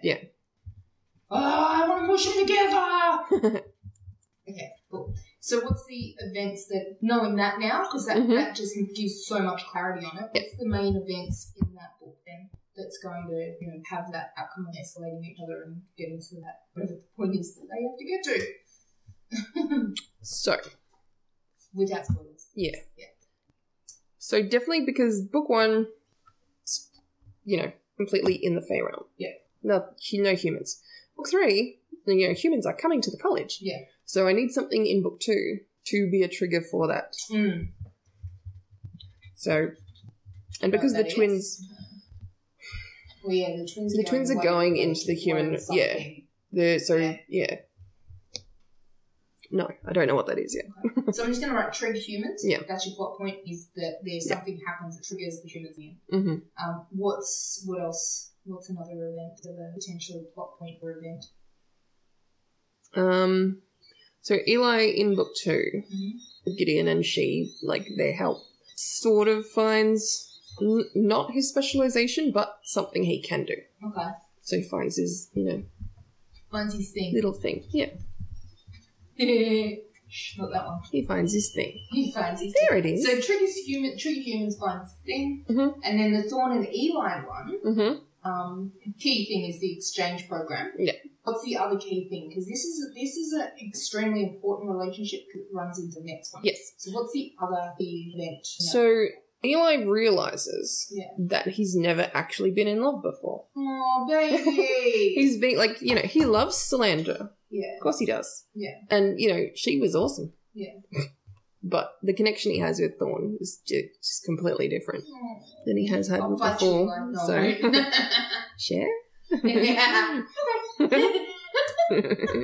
yeah.
Oh, I want to mush them together. okay, cool. So, what's the events that knowing that now because that,
Mhm.
that just gives so much clarity on it. What's the main events in that book then that's going to you know have that outcome of escalating each other and getting to that whatever the point is that they have to get to
So
without spoilers.
Yeah.
Yeah.
so definitely because book one, it's, you know, completely in the fair realm.
Yeah.
No, no humans. Book three, you know, humans are coming to the college.
Yeah.
So I need something in book two to be a trigger for that.
Mm.
So, and because
But
the
that is-
twins,
Well, yeah, the twins.
The twins are
away
going
for-
into the
for
human- yeah.
something.
the so
Yeah.
yeah. No, I don't know what that is yet.
So I'm just going to write trigger humans.
Yeah.
That's your plot point is that there's
Yeah.
something happens that triggers the humans in.
Mhm.
Um, what's what else? What's another event that a potential plot point or event?
Um, so Eli in book two,
Mhm.
Gideon and she, like their help, sort of finds n- not his specialization, but something he can do.
Okay,
So he finds his, you know,
finds his thing.
little thing. Yeah,
Shh, Not that one.
he finds his thing.
He finds his
There it
thing.
is.
So triggers human, trigger humans finds thing,
Mhm.
and then the Thorn and Eli one.
mm-hmm.
Um, key thing is the exchange program.
Yeah.
What's the other key thing? Because this is this is an extremely important relationship that runs into the next one.
Yes.
So what's the other event?
So Eli realizes
Yeah.
that he's never actually been in love before.
oh baby,
He's been like, you know, he loves Solandra.
yeah,
Of course he does.
Yeah.
And, you know, she was awesome.
Yeah.
but the connection he has with Thorn is ju- just completely different than he has had
Oh, I'll
with
fight you
before.
like no,
So,
mate.
share?
yeah.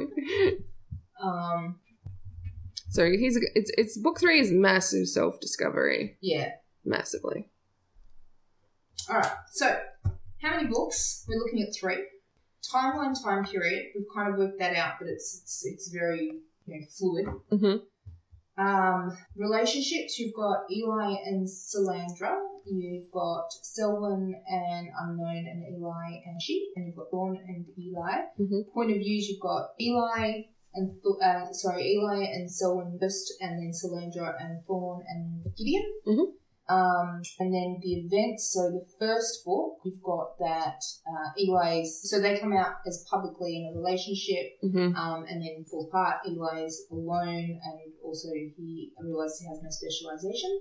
Um,
so he's a, it's it's book three is massive self discovery,
yeah.
massively.
All right. So, how many books? We're looking at three. Timeline, time period. We've kind of worked that out, but it's it's, it's very you know, fluid.
Mhm.
Um, relationships, you've got Eli and Salandra. You've got Selwyn and Unknown and Eli and she. And you've got Dawn and Eli.
Mhm.
Point of views, you've got Eli and, Th- uh, sorry, Eli and Selwyn first, and then Salandra and Thorn and Gideon.
Mhm.
Um, and then the events. So the first book, you've got that uh, Eli's. So they come out as publicly in a relationship
Mm-hmm.
um, and then falls apart. Eli is alone, and also he realizes he has no specialization.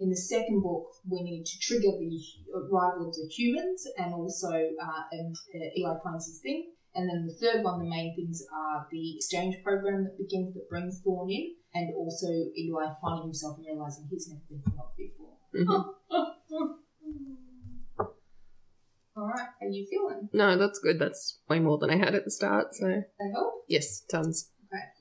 In the second book, we need to trigger the arrival of the humans, and also uh, and, uh, Eli finds his thing. And then the third one, the main things are the exchange program that begins that brings Thorn in, and also Eli finding himself and realizing he's never been helped before.
mm-hmm.
Hmm. All right, how you feeling?
No, that's good. That's way more than I had at the start. So
That help?
yes, tons.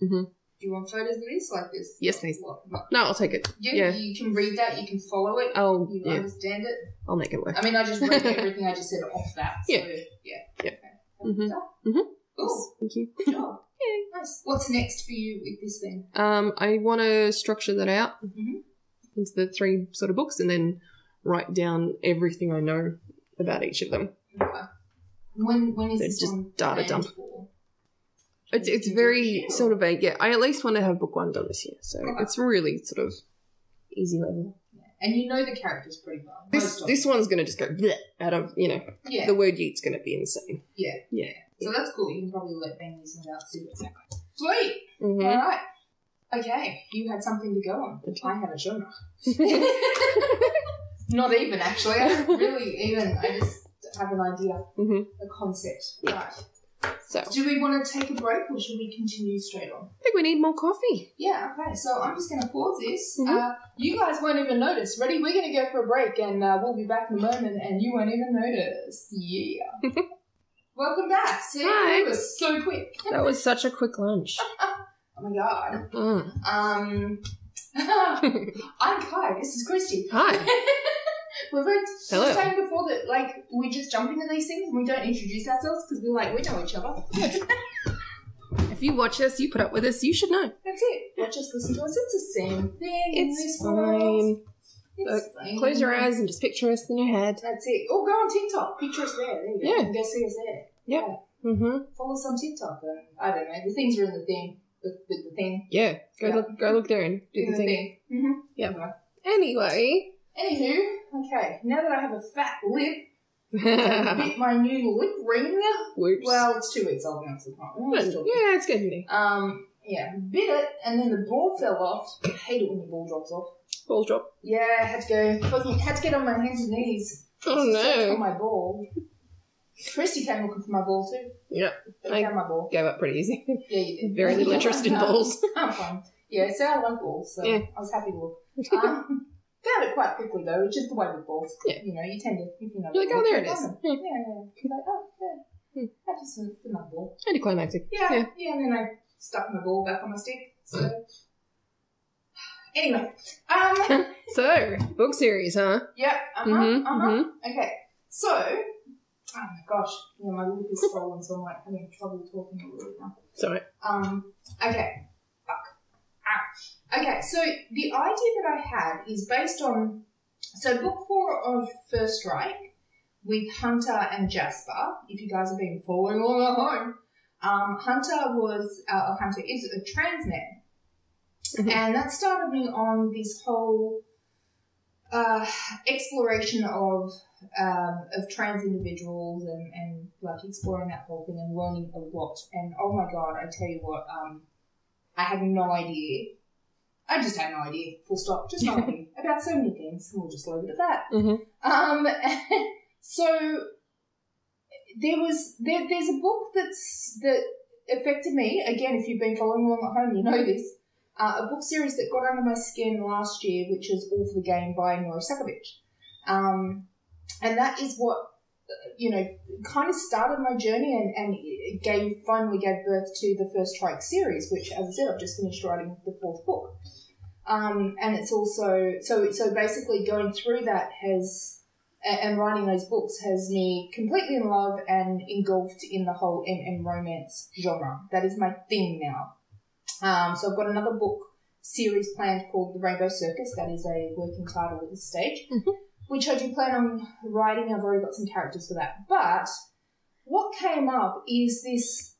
Do you want photos of this like this?
Yes, please.
What- what-
No, I'll take it.
You,
Yeah.
you can read that. You can follow it.
I'll
You
yeah,
understand it.
I'll make it work.
I mean, I just wrote everything I just said off that. So,
Yeah.
yeah. Yeah.
Yeah.
Okay.
Mhm. Mhm.
Cool. Cool.
Thank you.
Good job.
Yay.
Nice. What's next for you with this then?
Um, I want to structure that out
Mhm.
into the three sort of books, and then write down everything I know about each of them.
Okay. When when is
It's
this
just
one
data
planned
dump.
for?
It's it's
You do
very
it.
sort of vague. Yeah, I at least want to have book one done this year, so
Okay.
it's really sort of easy level.
and you know the characters pretty well.
This
Most of
this one's gonna just go bleh out of you know
them. yeah.
the word yeet's gonna be insane.
Yeah.
Yeah.
So that's cool. You can probably let Ben use them without super. Sweet.
Mm-hmm.
All right. Okay. You had something to go on.
Okay.
I had a genre.
Mm-hmm.
Not even actually. I don't really even. I just have an idea,
Mhm.
a concept.
Yeah.
Right.
So I
Do we want to take a break or should we continue straight on?
think we need more coffee.
Yeah, okay, so I'm just going to pause this.
Mhm.
Uh, you guys won't even notice. Ready? We're going to go for a break and uh, we'll be back in a moment and you won't even notice. Yeah. Welcome back. See,
Hi.
it was so quick.
That was such a quick lunch.
Oh my god.
Mm.
Um, I'm Kai. This is Christy.
Hi.
We've had we
Hello.
were saying before that like we just jump into these things and we don't introduce ourselves because we're like we know each other.
If you watch this, you put up with us, you should know.
That's it. Watch us, listen to us. It's the same thing. in
It's
this world.
fine.
It's fine.
Close your eyes and just picture us in your head.
That's it. Or go on TikTok. Picture us there. There you go.
Yeah.
You can go see us there.
Mm-hmm.
Follow us on TikTok. And, I don't know. The things are in the thing. The, the, the thing.
Yeah. Go
Yeah.
look. Go look there and do
In
the thing.
Mm-hmm.
Yeah. Anyway.
Anywho, okay. Now that I have a fat lip, I bit my new lip ring.
Whoops.
Well, it's two weeks old now, so
yeah,
it's not.
it's good. Andy.
Um, yeah, bit it, and then the ball fell off. I hate it when the ball drops off.
Ball drop.
Yeah, I had to go. Fucking had to get on my hands and knees.
Oh
For
no.
my ball. Christy came looking for my ball too.
Yeah.
But I found my ball.
Gave up pretty easy.
Yeah, you did.
Very little interest in
No,
balls.
I'm fine. Yeah, so I like balls, so
Yeah.
I was happy with. Um, found it quite quickly though, which is the way with balls.
Yeah.
You know, you tend to, if you know.
You're like, oh, there it
you
is.
find them.
Yeah.
Yeah, yeah. You're like, oh, yeah.
Hmm.
That just it's my ball.
Anticlimactic.
Yeah, yeah,
Yeah.
and then I stuck my ball back on my stick. So anyway, um,
So, book series, huh?
yeah, uh huh,
Mhm,
uh huh.
mhm.
Okay, so oh my gosh, yeah, my lip is swollen, so I'm like having trouble talking a little bit now.
Sorry.
Um, okay, fuck, Ow. Okay, so the idea that I had is based on so book four of First Strike with Hunter and Jasper. If you guys have been following along at home, um, Hunter was uh, Hunter is a trans man,
Mhm.
and that started me on this whole. Uh, exploration of um, of trans individuals and, and like exploring that whole thing and learning a lot. And oh my god, I tell you what, um, I had no idea. I just had no idea. Full stop. Just no idea about so many things. And we'll just leave it at that.
Mhm.
Um, so there was there, there's a book that's that affected me again. If you've been following along at home, you know this. Uh, a book series that got under my skin last year, which is All for the Game by Nora Sakovich. Um, and that is what you know kind of started my journey and, and it gave finally gave birth to the first trike series which as i said i've just finished writing the fourth book um, and it's also so so basically going through that has a- and writing those books has me completely in love and engulfed in the whole mm romance genre that is my thing now um, so i've got another book series planned called The Rainbow Circus. That is a working title at this stage,
Mhm.
which I do plan on writing. I've already got some characters for that. But what came up is this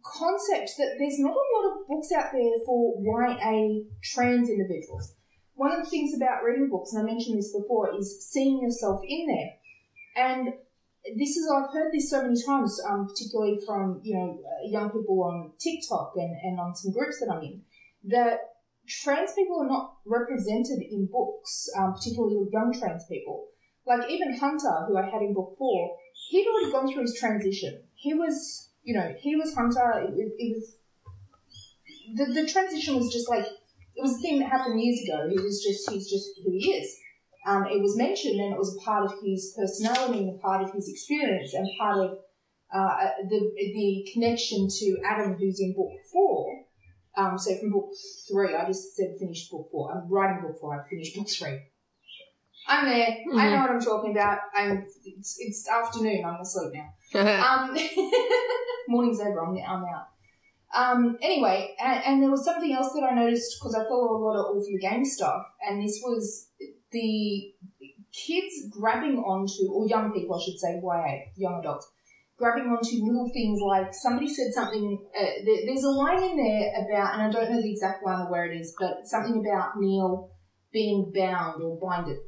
concept that there's not a lot of books out there for YA trans individuals. One of the things about reading books, and I mentioned this before, is seeing yourself in there. And this is I've heard this so many times, um, particularly from you know uh, young people on TikTok and, and on some groups that I'm in, that trans people are not represented in books, um, particularly young trans people. Like even Hunter, who I had in book four, he'd already gone through his transition. He was, you know, he was Hunter. It, it, it was the the transition was just like it was a thing that happened years ago. He was just he's just who he is um, it was mentioned and it was a part of his personality and a part of his experience and part of uh, the the connection to Adam, who's in book four. Um, so from book three, I just said finished book four. I'm writing book four. I finished book three. I'm there. I know what I'm talking about. I'm. It's, it's afternoon. I'm asleep now um, morning's over. I'm, I'm out. Um, anyway, and, and there was something else that I noticed because I follow a lot of all for the game stuff, and this was the kids grabbing onto, or young people, I should say, YA, young adults, grabbing onto little things like somebody said something. Uh, there, there's a line in there about, and I don't know the exact line or where it is, but something about Neil being bound or blinded.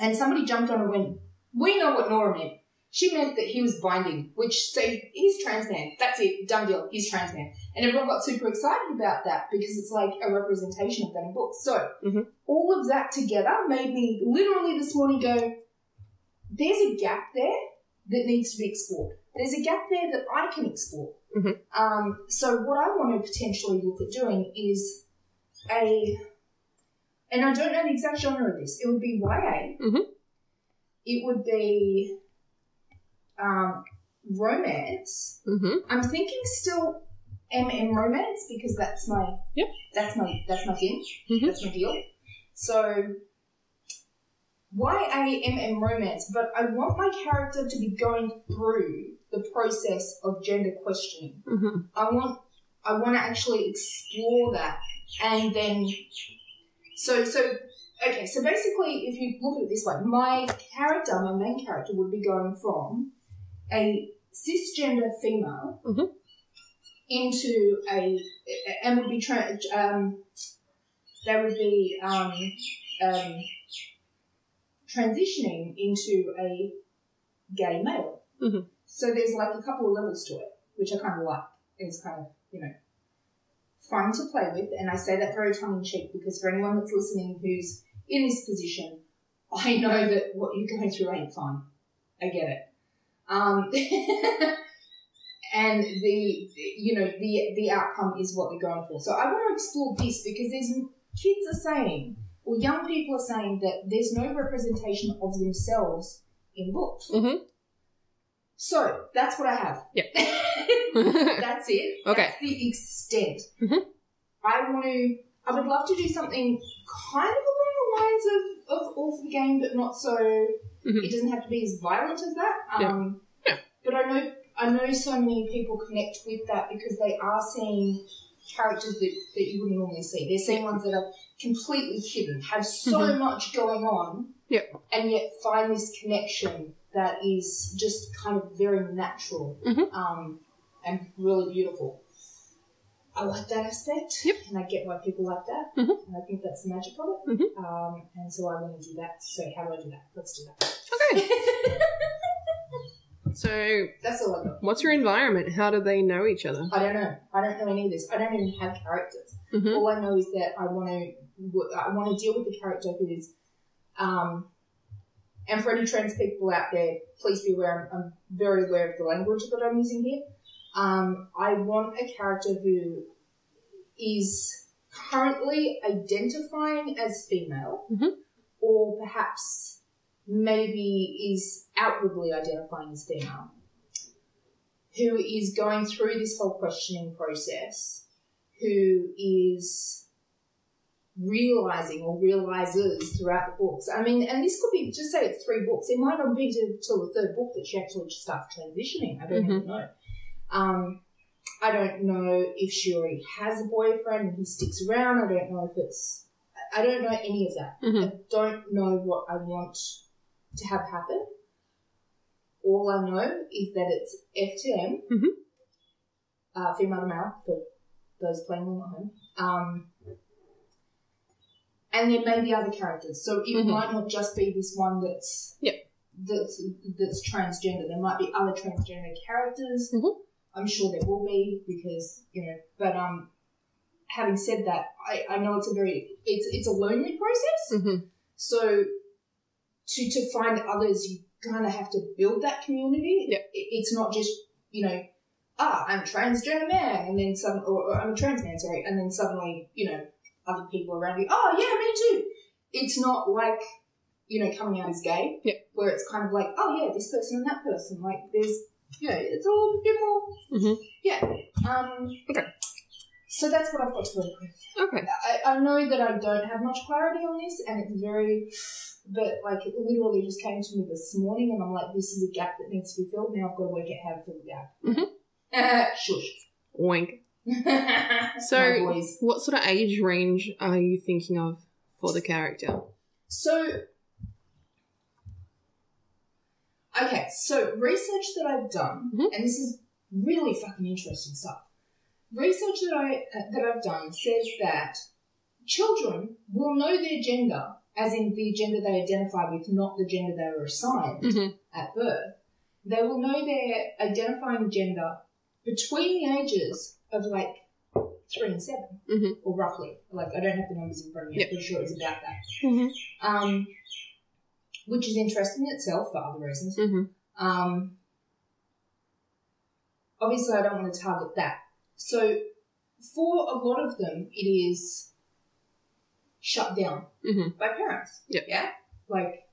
And somebody jumped on and went, "We know what Nora meant." She meant that he was binding, which so he's trans man. That's it, done deal. He's trans man, and everyone got super excited about that because it's like a representation of that in books. So
Mhm.
all of that together made me literally this morning go, "There's a gap there that needs to be explored. There's a gap there that I can explore."
Mhm.
Um, so what I want to potentially look at doing is a, and I don't know the exact genre of this. It would be YA.
Mhm.
It would be um, romance.
Mm-hmm.
I'm thinking still MM romance because that's my
Yep.
that's my that's my thing.
Mhm.
That's my deal. So YA MM romance, but I want my character to be going through the process of gender questioning.
Mm-hmm.
I want I want to actually explore that and then so so okay so basically if you look at it this way my character my main character would be going from a cisgender female
Mhm.
into a and would be tra- um they would be um, um transitioning into a gay male
Mhm.
so there's like a couple of levels to it which I kind of like. It's kind of, you know, fun to play with. And I say that very tongue in cheek because for anyone that's listening who's in this position, I know that what you're going through ain't fun. I get it. Um, and the, you know, the, the outcome is what they're going for. So I want to explore this because there's kids are saying, or young people are saying that there's no representation of themselves in books.
Mhm.
So that's what I have.
Mm-hmm.
That's it.
Okay.
That's the extent.
Mhm.
I want to. I would love to do something kind of along the lines of, of All for the Game, but not so. It doesn't have to be as violent as that.
Mm-hmm. Yeah.
Um,
Yeah.
But I know I know so many people connect with that because they are seeing characters that, that you wouldn't normally see. They're seeing ones that are completely hidden, have so
Mhm.
much going on,
Yeah.
and yet find this connection that is just kind of very natural
Mhm.
um, and really beautiful. I like that aspect,
Yep.
and I get why people like that,
Mhm.
and I think that's the magic of it.
Mhm.
Um, and so I want to do that. So how do I do that? Let's do that.
Okay. So,
That's all I got.
what's your environment? How do they know each other?
I don't know. I don't know any of this. I don't even have characters.
Mhm.
All I know is that I want to. I want to deal with the character who is. Um, and for any trans people out there, please be aware. I'm, I'm very aware of the language that I'm using here. Um, I want a character who is currently identifying as female,
Mhm.
or perhaps maybe is outwardly identifying as female who is going through this whole questioning process, who is realizing or realizes throughout the books. I mean, and this could be just say it's three books. It might not be till the third book that she actually starts transitioning. I don't
Mhm.
even know. Um, I don't know if she already has a boyfriend and he sticks around. I don't know if it's. I- I don't know any of that.
Mhm.
I don't know what I want to have happen. All I know is that it's FTM,
Mhm.
uh, female to male, for those playing along at home. Um, and there may be other characters, so it
Mhm.
might not just be this one that's
Yep.
that's that's transgender. There might be other transgender characters.
Mhm.
I'm sure there will be because you know. But um, having said that, I, I know it's a very it's it's a lonely process.
Mhm.
So to to find others, you kind of have to build that community.
Yep.
It, it's not just you know, ah, I'm a transgender man, and then some, or, or I'm a trans man, sorry, and then suddenly you know, other people around you, oh yeah, me too. It's not like you know coming out as gay,
Yep.
where it's kind of like, oh yeah, this person and that person. Like there's you know, it's a little bit more.
Mhm.
Yeah. Um,
Okay.
So that's what I've got to work with.
Okay.
I, I know that I don't have much clarity on this, and it's very, but like it literally just came to me this morning, and I'm like, this is a gap that needs to be filled. Now I've got to work out how to fill the gap.
Mhm.
Uh, shush.
Wink. So-
My boys.
What sort of age range are you thinking of for the character?
So, okay, so research that I've done,
Mhm.
and this is really fucking interesting stuff. Research that I uh, that I've done says that children will know their gender, as in the gender they identify with, not the gender they were assigned
Mhm.
at birth. They will know their identifying gender between the ages of like three and 7
Mhm.
or roughly. Like I don't have the numbers in front of me.
Yep.
I'm pretty sure it's about that
Mhm.
um, which is interesting in itself for other reasons.
Mhm.
Um, obviously, I don't want to target that. So, for a lot of them, it is shut down
Mhm.
by parents.
Yep.
Yeah. Like,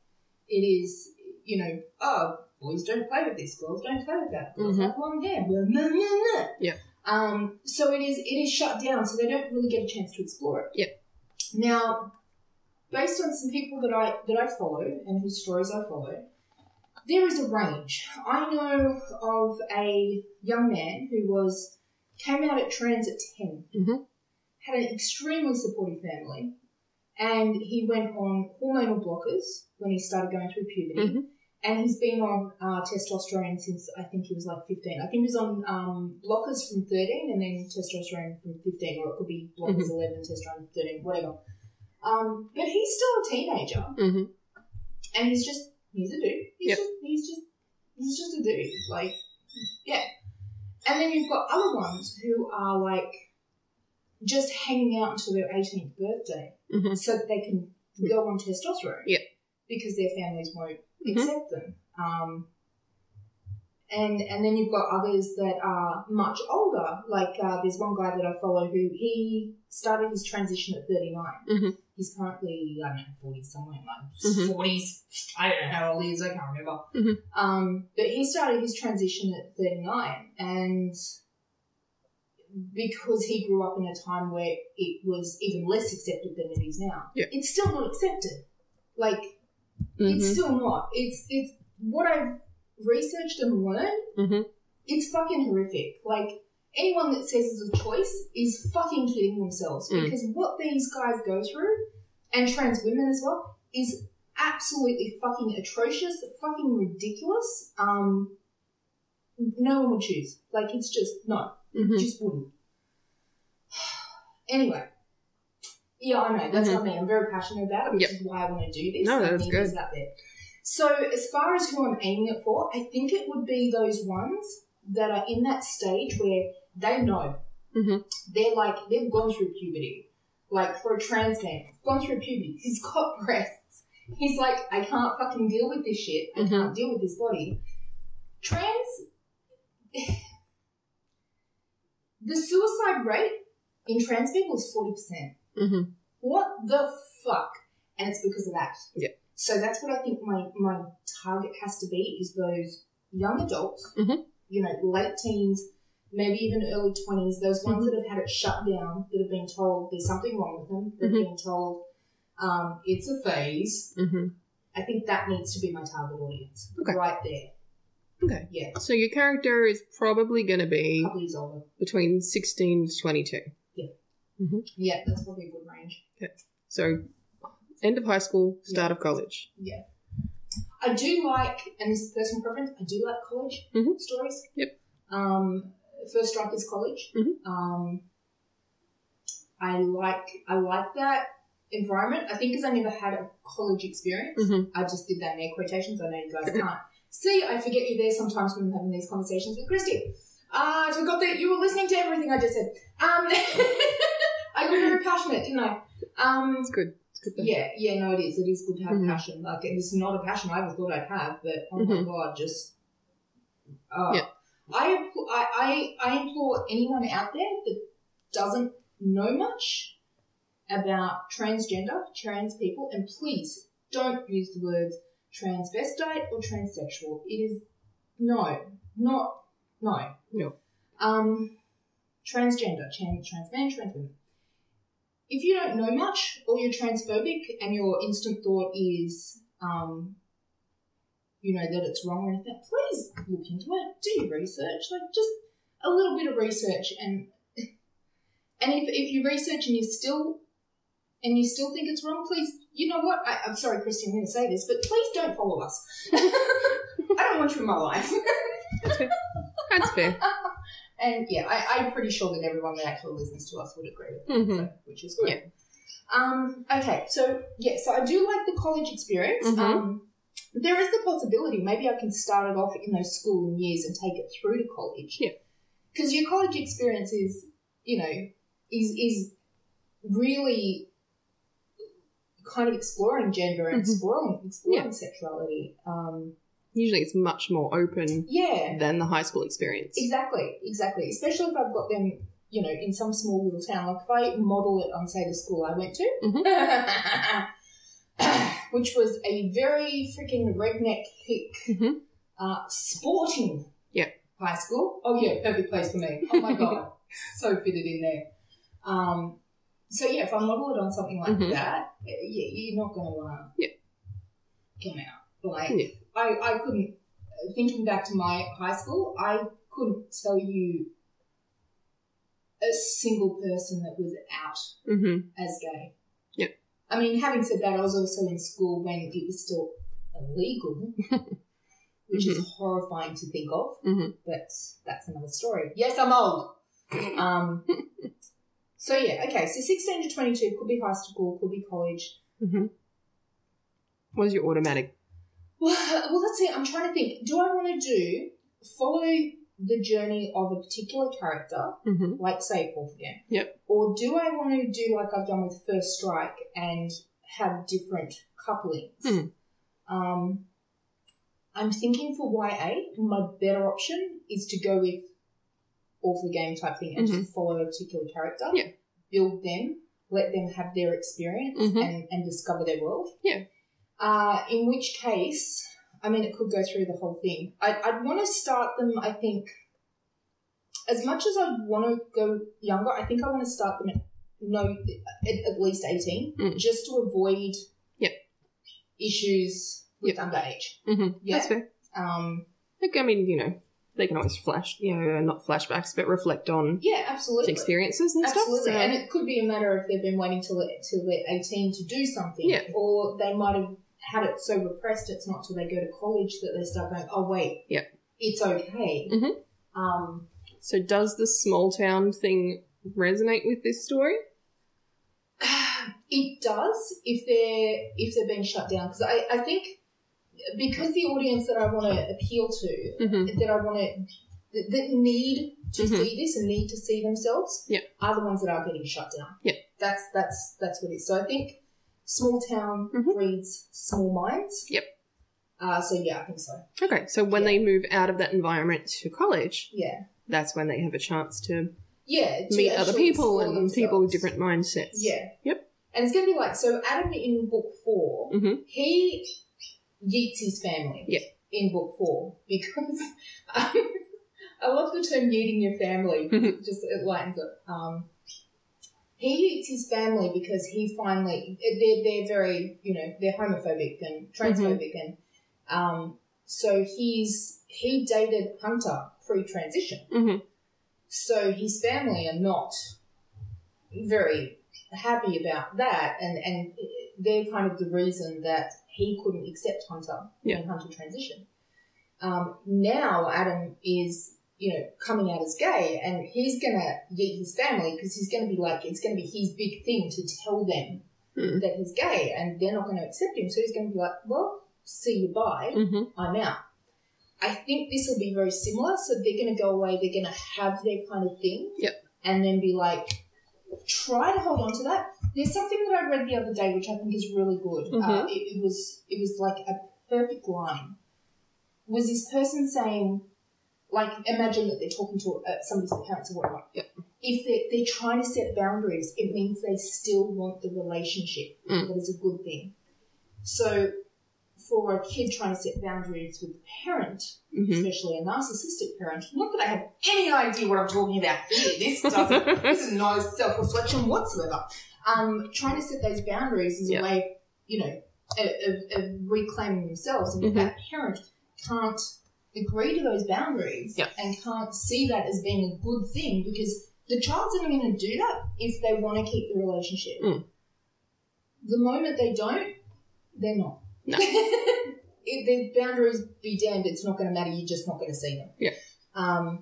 it is, you know, oh, boys don't play with this, girls don't play with that, girls
Mhm.
have long hair, blah, blah, blah, blah.
Yep.
Um, so it is it is shut down, so they don't really get a chance to explore it.
Yep.
Now, based on some people that I that I follow and whose stories I follow, there is a range. I know of a young man who was came out at trans at 10
Mhm.
had an extremely supportive family, and he went on hormonal blockers when he started going through puberty.
Mhm.
And he's been on uh, testosterone since I think he was like 15. I think he was on um, blockers from 13 and then testosterone from 15, or it could be blockers 11, testosterone 13, whatever. Um, but he's still a teenager,
Mhm.
and he's just he's a dude. He's
Yep.
just he's just he's just a dude. Like yeah. And then you've got other ones who are like just hanging out until their eighteenth birthday
Mhm.
so that they can go on testosterone.
Yep.
Because their families won't
Mhm.
accept them. Um, and and then you've got others that are much older. Like uh, there's one guy that I follow who he started his transition at 39.
Mhm.
He's currently I don't know 40 somewhere like
Mhm.
40s. I don't know how old he is. I can't remember.
Mhm.
Um, but he started his transition at 39 and because he grew up in a time where it was even less accepted than it is now.
Yeah.
It's still not accepted. Like it's
Mhm.
still not. It's it's what I've researched and learned.
Mhm.
It's fucking horrific. Like anyone that says it's a choice is fucking kidding themselves
Mm.
because what these guys go through, and trans women as well, is absolutely fucking atrocious, fucking ridiculous. Um, no one would choose. Like it's just no
Mhm.
just wouldn't. Anyway. Yeah, I know. That's not me. I'm very passionate about it, which
Mm-hmm. Yep.
is why I want to do this.
No,
and
that's
get
good.
this Out there. So, as far as who I'm aiming it for, I think it would be those ones that are in that stage where they know.
Mhm.
They're like, they've gone through puberty. Like, for a trans man, gone through puberty. He's got breasts. He's like, I can't fucking deal with this shit. I
Mhm.
can't deal with this body. Trans The suicide rate in trans people is 40%.
Mhm.
What the fuck? And it's because of that.
Yeah.
So that's what I think my, my target has to be is those young adults,
Mhm.
you know, late teens, maybe even early 20s, those ones that have had it shut down, that have been told there's something wrong with them, that
Mhm.
have been told um, it's a phase.
Mhm.
I think that needs to be my target audience
Okay.
right there.
Okay.
Yeah,
So your character is probably going to
a
be
couple years older.
between 16 to 22.
Yeah, that's probably a good range.
So end of high school, start of college.
I do like, and this is personal preference, I do like college
Mhm.
stories.
Yep.
Um, First Strike is college.
Mhm.
Um, I like I like that environment. I think because I never had a college experience,
Mhm.
I just did that in air quotations. I know you guys can't see. I forget you there sometimes when I'm having these conversations with Christy. Uh, I forgot that you were listening to everything I just said. Um, I got very passionate, didn't I? Um,
It's good. It's good. though.
yeah, yeah, no, it is. It is good to have
Mhm.
passion. Like, and it's not a passion I ever thought I'd have, but oh my
Mhm.
god, just. Uh,
Yeah.
I, impl- I, I, I implore anyone out there that doesn't know much about transgender, trans people, and please don't use the words transvestite or transsexual. It is no, not no,
No.
Um, transgender, trans, trans men, trans women. If you don't know much, or you're transphobic, and your instant thought is, um, you know, that it's wrong or anything, please look into it. Do your research. Like just a little bit of research, and and if if you research and you still and you still think it's wrong, please, you know what? I, I'm sorry, Christy, I'm going to say this, but please don't follow us. I don't want you in my life.
That's fair.
And yeah, I, I'm pretty sure that everyone that actually listens to us would agree with that,
Mhm.
so, which is great. Um, okay, so yeah, so I do like the college experience.
Mhm.
Um, there is the possibility maybe I can start it off in those schooling years and take it through to college.
Yeah.
Because your college experience is, you know, is is really kind of exploring gender and
Mhm.
exploring exploring
Yeah.
sexuality. Um,
Usually it's much more open
yeah.
than the high school experience.
Exactly, exactly. Especially if I've got them, you know, in some small little town. Like if I model it on, say, the school I went to, which was a very freaking redneck, hick,
Mhm.
uh, sporting
Yeah.
high school. Oh yeah, perfect place for me. Oh my god, so fitted in there. Um, so yeah, if I model it on something like
Mhm.
that, y- y- you're not gonna wanna
Yeah.
come out. Like
Yeah.
I, I couldn't. Thinking back to my high school, I couldn't tell you a single person that was out
hmm
as gay.
Yep.
I mean, having said that, I was also in school when it was still illegal, which
Mm-hmm.
is horrifying to think of,
Mhm.
but that's another story. Yes, I'm old. um, so, yeah, okay, so 16 to 22 could be high school, could be college.
hmm What is your automatic?
Well, well, that's it. I'm trying to think. Do I want to do follow the journey of a particular character
hmm
like say fourth again.
Yep.
Or do I want to do like I've done with First Strike and have different couplings?
Hmm.
Um, I'm thinking for YA, my better option is to go with awful game type thing and just follow a particular character,
Mm-hmm. Yeah.
build them, let them have their experience
Mhm.
and, and discover their world.
Yeah.
Uh, in which case, I mean, it could go through the whole thing. I, I'd want to start them, I think, as much as I want to go younger, I think I want to start them at no at, at least eighteen,
Mm.
just to avoid
Yep.
issues with underage.
hmm
Mm-hmm. Yeah.
That's fair.
Um,
Like, I mean, you know, they can always flash, you know, not flashbacks, but reflect on
yeah, absolutely,
experiences and
absolutely.
stuff. so-
And it could be a matter of they've been waiting till they- till they're eighteen to do something,
Yeah.
or they might have had it so repressed it's not till they go to college that they start going, oh wait,
Yep.
it's okay.
Mhm.
Um,
So does the small town thing resonate with this story?
It does if they're if they're being shut down because I, I think because the audience that I want to appeal to
Mm-hmm.
that I want to that, that need to
Mhm.
see this and need to see themselves
Yeah.
are the ones that are getting shut down.
Yeah.
that's that's that's what it is. So I think small town
Mhm.
breeds small minds.
Yep.
Uh, so yeah, I think so.
Okay, so when
Yeah.
they move out of that environment to college,
Yeah,
that's when they have a chance to
yeah. to
meet other
actually
people
explore
and people
themselves.
with different mindsets.
Yeah.
Yep.
And it's going to be like so. Adam in book 4
Mhm.
he yeets his family.
Yeah.
In book four, because um, I love the term "yeeting your family."
Mhm.
Just it lightens up. Um, he yeets his family because he finally they're they're very you know they're homophobic and transphobic and um, So he's he dated Hunter pre-transition.
Mhm.
So his family are not very happy about that, and and they're kind of the reason that he couldn't accept Hunter
Yeah.
when Hunter transitioned. Um, now Adam is you know coming out as gay, and he's gonna get his family because he's gonna be like it's gonna be his big thing to tell them
Mm.
that he's gay, and they're not gonna accept him. So he's gonna be like, well, see you bye.
hmm
I'm out. I think this will be very similar. So they're going to go away. They're going to have their kind of thing.
Yep.
And then be like, try to hold on to that. There's something that I read the other day, which I think is really good. Uh,
Mhm.
it, it was it was like a perfect line. Was this person saying, like, imagine that they're talking to uh, somebody's parents or whatever.
Yep.
If they're, they're trying to set boundaries, it means they still want the relationship.
Mm.
That is a good thing. So for a kid trying to set boundaries with a parent,
hmm
especially a narcissistic parent, not that I have any idea what I'm talking about here. This doesn't. this is no self-reflection whatsoever. Um, trying to set those boundaries is
Yeah.
a way, you know, of, of, of reclaiming themselves, and if
Mhm.
that parent can't agree to those boundaries
Yeah.
and can't see that as being a good thing because the child's not going to do that if they want to keep the relationship.
Mm.
The moment they don't, they're not.
No.
if the boundaries be damned, it's not going to matter. You're just not going to see them.
Yeah.
Um,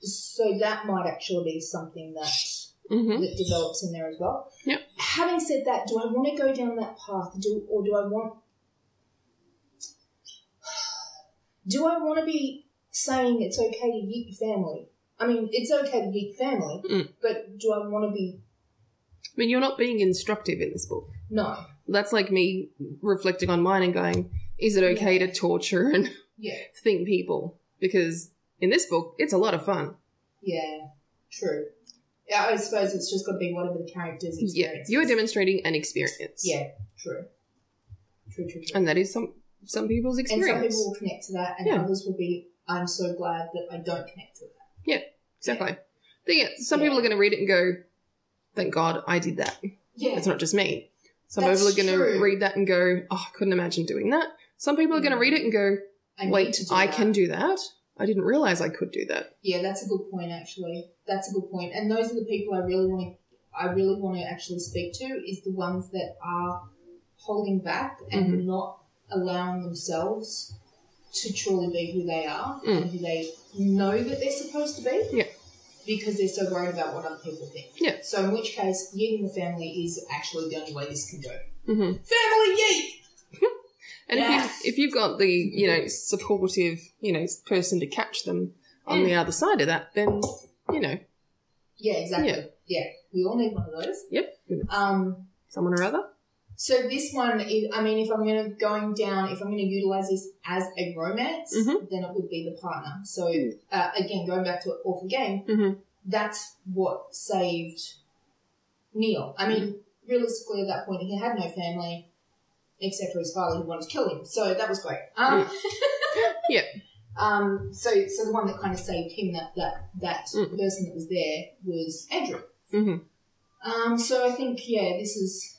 so that might actually be something that
hmm
that develops in there as well.
Yep.
Having said that, do I want to go down that path? Do or do I want? Do I want to be saying it's okay to yeet family? I mean, it's okay to yeet family,
Mm.
but do I want to be?
I mean, you're not being instructive in this book.
No.
That's like me reflecting on mine and going, is it okay
Yeah.
to torture and
Yeah.
thing people? Because in this book, it's a lot of fun.
Yeah. True. Yeah, I suppose it's just got to be whatever the character's
Yeah,
experience.
you are demonstrating an experience.
Yeah. True. True. True. True.
and that is some some people's
And
experience.
some people will connect to that, and
Yeah.
others will be, "I'm so glad that I don't connect to that."
Exactly. But yeah, some
Yeah.
people are going to read it and go, "Thank God I did that."
Yeah.
It's not just me. Some
That's
people are going to
true.
read that and go, "Oh, I couldn't imagine doing that." Some people are going to
Mm.
read it and go,
need
"Wait,
to do
I
that.
can do that. I didn't realize I could do that."
Yeah, that's a good point. Actually, that's a good point. And those are the people I really want. to I really want to actually speak to is the ones that are holding back and
Mm-hmm.
not allowing themselves to truly be who they are
Mm.
and who they know that they're supposed to be.
Yeah.
Because they're so worried about what other people think.
Yeah.
So in which case, yeeting the family is actually the only way this can go.
hmm
Family yeet.
And
Yes.
if you if you've got the you know supportive you know person to catch them on
Mm.
the other side of that, then you know
Yeah, exactly. Yeah. we all need one of those.
Yep.
Um.
someone or other.
So this one, is, I mean, if I'm gonna going down, if I'm gonna utilize this as a romance,
Mhm.
then it would be the partner. So uh, again, going back to an awful game,
Mhm.
that's what saved Neil. I mean, realistically, at that point, he had no family except for his father who wanted to kill him. So that was great. Um,
Mm. Yeah.
Um. So, so the one that kind of saved him, that that that
Mm.
person that was there, was Andrew.
Mhm.
Um. So I think yeah, this is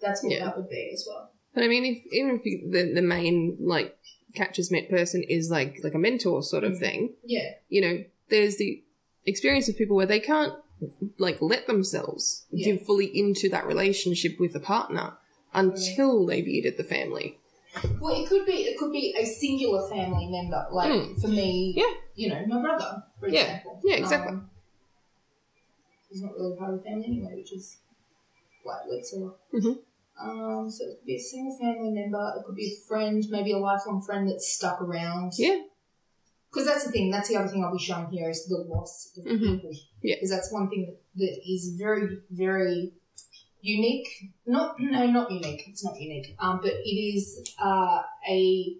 that's what
Yeah.
that would be as well.
But I mean, if even if you, the the main like catches met person is like like a mentor sort of
Mhm.
thing,
Yeah.
you know, there's the experience of people where they can't like let themselves
Yeah.
give fully into that relationship with a partner until they've yeeted the family.
Well, it could be it could be a singular family member, like
Mm.
for me,
Yeah.
you know, my brother, for
Yeah.
example.
Yeah, exactly.
Um, he's not really part of the family anyway, which is quite weird. So,
Mhm.
um, so it could be a single family member. It could be a friend, maybe a lifelong friend that's stuck around.
Yeah.
Because that's the thing. That's the other thing I'll be showing here is the loss of
Mhm.
people.
Yeah.
Because that's one thing that is very, very unique. Not no, not unique. It's not unique. Um, but it is uh, a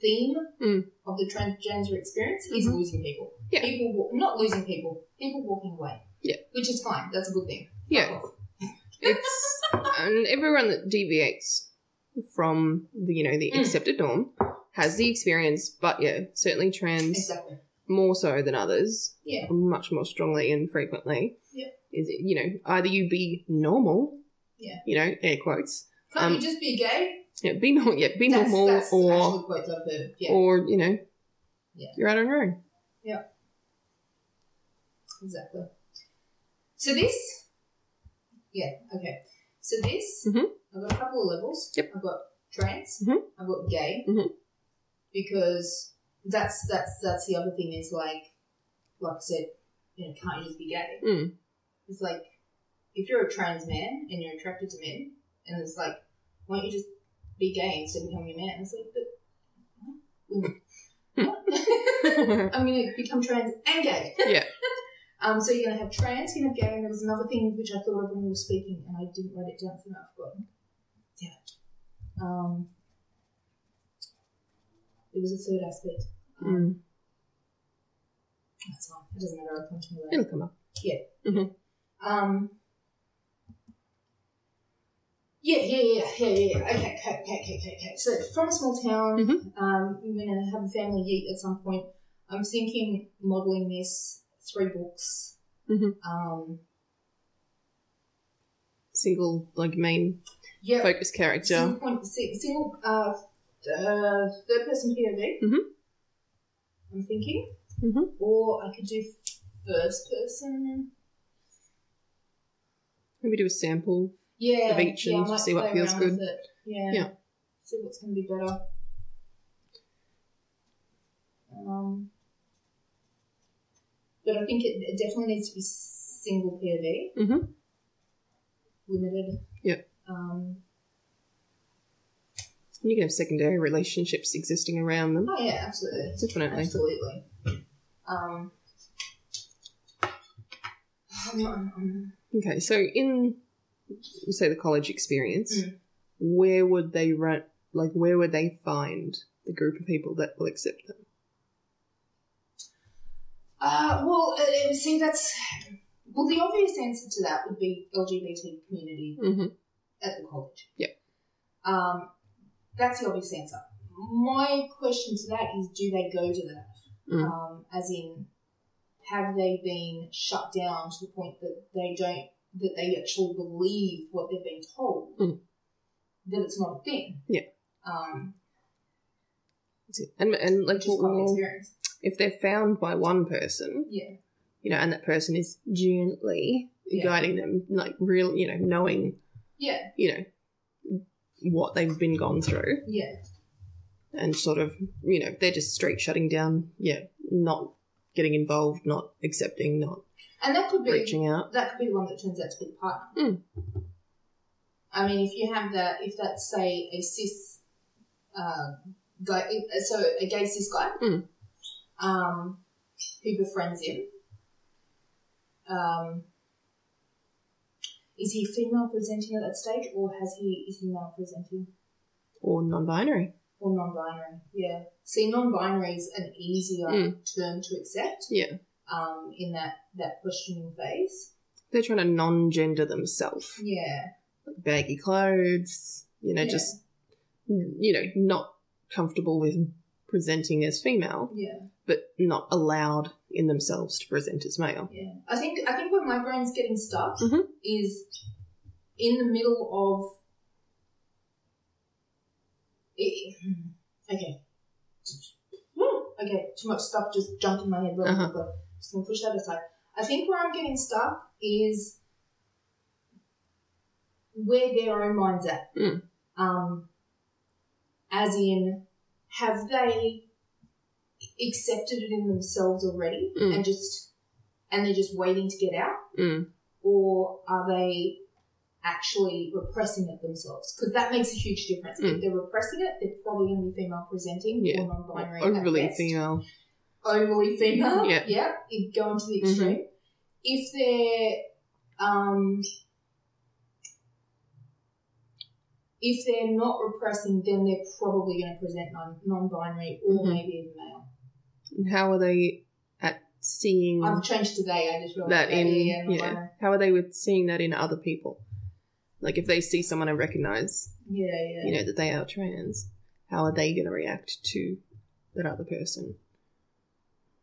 theme
Mm.
of the transgender experience is
Mhm.
losing people.
Yeah.
People wa- not losing people. People walking away.
Yeah.
Which is fine. That's a good thing.
Yeah, it's and everyone that deviates from the you know the
Mm.
accepted norm has the experience, but yeah, certainly trans
Exactly.
more so than others.
Yeah.
Much more strongly and frequently.
Yeah.
Is it, you know, either you be normal.
Yeah.
You know, air quotes.
Can't
Um,
you just be gay?
Yeah, be normal. Yeah, be
that's,
normal
that's actually
or
quotes out of the yeah,
or you know,
Yeah.
you're out on your own.
exactly. So this, yeah, okay. So this,
Mhm.
I've got a couple of levels.
Yep.
I've got trans.
Mhm.
I've got gay.
Mhm.
Because that's that's that's the other thing is like, like I said, you know, can't you just be gay?
Mm.
It's like if you're a trans man and you're attracted to men, and it's like, why don't you just be gay instead of becoming a man? It's like, but. what? I'm going to become trans and gay.
Yeah.
Um, so you're going to have trans, you're going to have gay, and there was another thing which I thought of when you were speaking, and I didn't write it down, so now I've forgotten. Yeah. Um, it was a third aspect. Um,
Mm.
That's fine. It doesn't matter. I'll come to me later.
It'll come up.
Um, yeah, yeah, yeah, yeah, yeah, yeah. Okay, okay, okay, okay, okay, okay. So from a small town, um, I'm gonna have a family yeet at some point. I'm thinking modelling this three books.
Mhm.
Um,
Single like main
yeah,
focus character.
single point, si- single uh, uh, third person POV.
Mhm.
I'm thinking,
Mhm.
or I could do first person.
Maybe do a sample.
Yeah,
Of each
yeah, I
and
might
see what
play
feels
around with
good.
it. Yeah,
Yeah.
See what's gonna be better. Um, but I think it, it definitely needs to be single POV.
Mhm.
Limited.
Yep.
Um,
You can have secondary relationships existing around them.
oh yeah, absolutely,
Definitely.
absolutely. Um, I'm not- I'm-
Okay, so in say the college experience,
Mm.
where would they run? Like, where would they find the group of people that will accept them?
Uh, well, uh, see, that's well. The obvious answer to that would be LGBT community
Mm-hmm.
at the college.
Yep.
Um, that's the obvious answer. My question to that is do they go to that?
Mm.
Um, as in, have they been shut down to the point that they don't, that they actually believe what they've been told?
Mm.
That it's not a thing?
Yeah.
Um,
And and like,
which is
what
my
will,
experience.
if they're found by one person,
Yeah.
you know, and that person is gently
Yeah.
guiding them, like real, you know, knowing,
Yeah,
you know, what they've been gone through,
yeah,
and sort of, you know, they're just straight shutting down, yeah, not getting involved, not accepting, not
and that could be
reaching out.
that could be the one that turns out to be the partner.
Mm.
I mean, if you have that, if that's say a cis uh, guy, if- so a gay cis guy
Mm.
um, who befriends him, um, is he female presenting at that stage, or has he is he male presenting
or non-binary.
or non-binary? Yeah, see, non-binary is an easier term to accept.
Hmm. Yeah.
um, in that that questioning phase.
They're trying to non-gender themselves.
Yeah.
Baggy clothes, you know,
Yeah.
just you know, not comfortable with presenting as female,
Yeah,
but not allowed in themselves to present as male.
yeah. I think I think where my brain's getting stuck
Mhm.
is in the middle of. It, hmm, okay. Okay, too much stuff just jumped in my head really
Uh-huh.
quickly. Just gonna push that aside. I think where I'm getting stuck is where their own mind's at.
Mm.
Um, as in, have they accepted it in themselves already
Mm.
and just and they're just waiting to get out
Mm.
or are they actually repressing it themselves because that makes a huge difference if
Mm.
they're repressing it they're probably going to be female presenting
Yeah.
or non-binary at
Overly
best.
female.
overly female
Yeah. Mm-hmm.
yeah it- going to the extreme if they're um if they're not repressing then they're probably going to present non- non-binary or
Mhm.
maybe even male
And How are they at seeing
I've changed today. I just realized
that in?
yeah,
Yeah. How are they with seeing that in other people? Like if they see someone and recognize,
yeah, yeah,
you know, that they are trans, how are they going to react to that other person?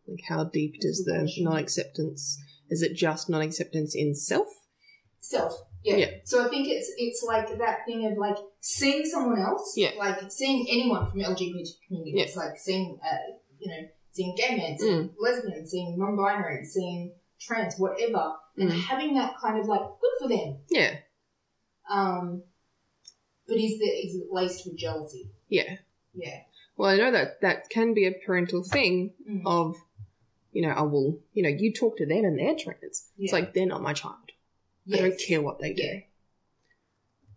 Like, how deep
That's a
does
good
the
question.
non acceptance, is it just non acceptance in self?
Self, Yeah.
Yeah.
So I think it's it's like that thing of like seeing someone else,
Yeah.
like seeing anyone from LGBT community.
Yeah.
It's like seeing, uh, you know, seeing gay men, seeing
Mm.
lesbians, seeing non-binary, seeing trans, whatever, and
Mm.
having that kind of like good for them.
Yeah.
Um, but is the is it laced with jealousy?
Yeah.
Yeah.
Well, I know that that can be a parental thing
Mm.
of, you know, I will, you know, you talk to them and they're trans.
Yeah.
It's like they're not my child.
Yes.
I don't care what they do.
Yeah.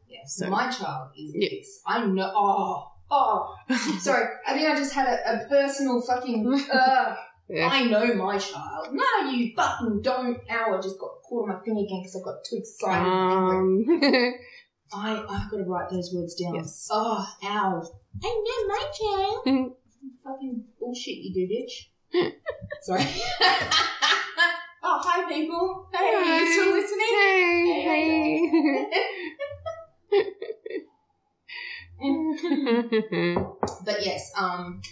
Yes.
So-
My child is
Yeah.
this. I know. Oh, oh. Sorry. I think I just had a, a personal fucking. Uh,
Yeah.
I know my child. No, you fucking don't. Ow, I just got caught on my thing again because I got too excited. and angry.
Um,
I I've got to write those words down.
Yes.
Oh, ow. I know my child.
Mm.
Fucking bullshit, you do, bitch. Sorry. oh, hi, people. Hey, you still listening?
Hey, hey.
But yes, um,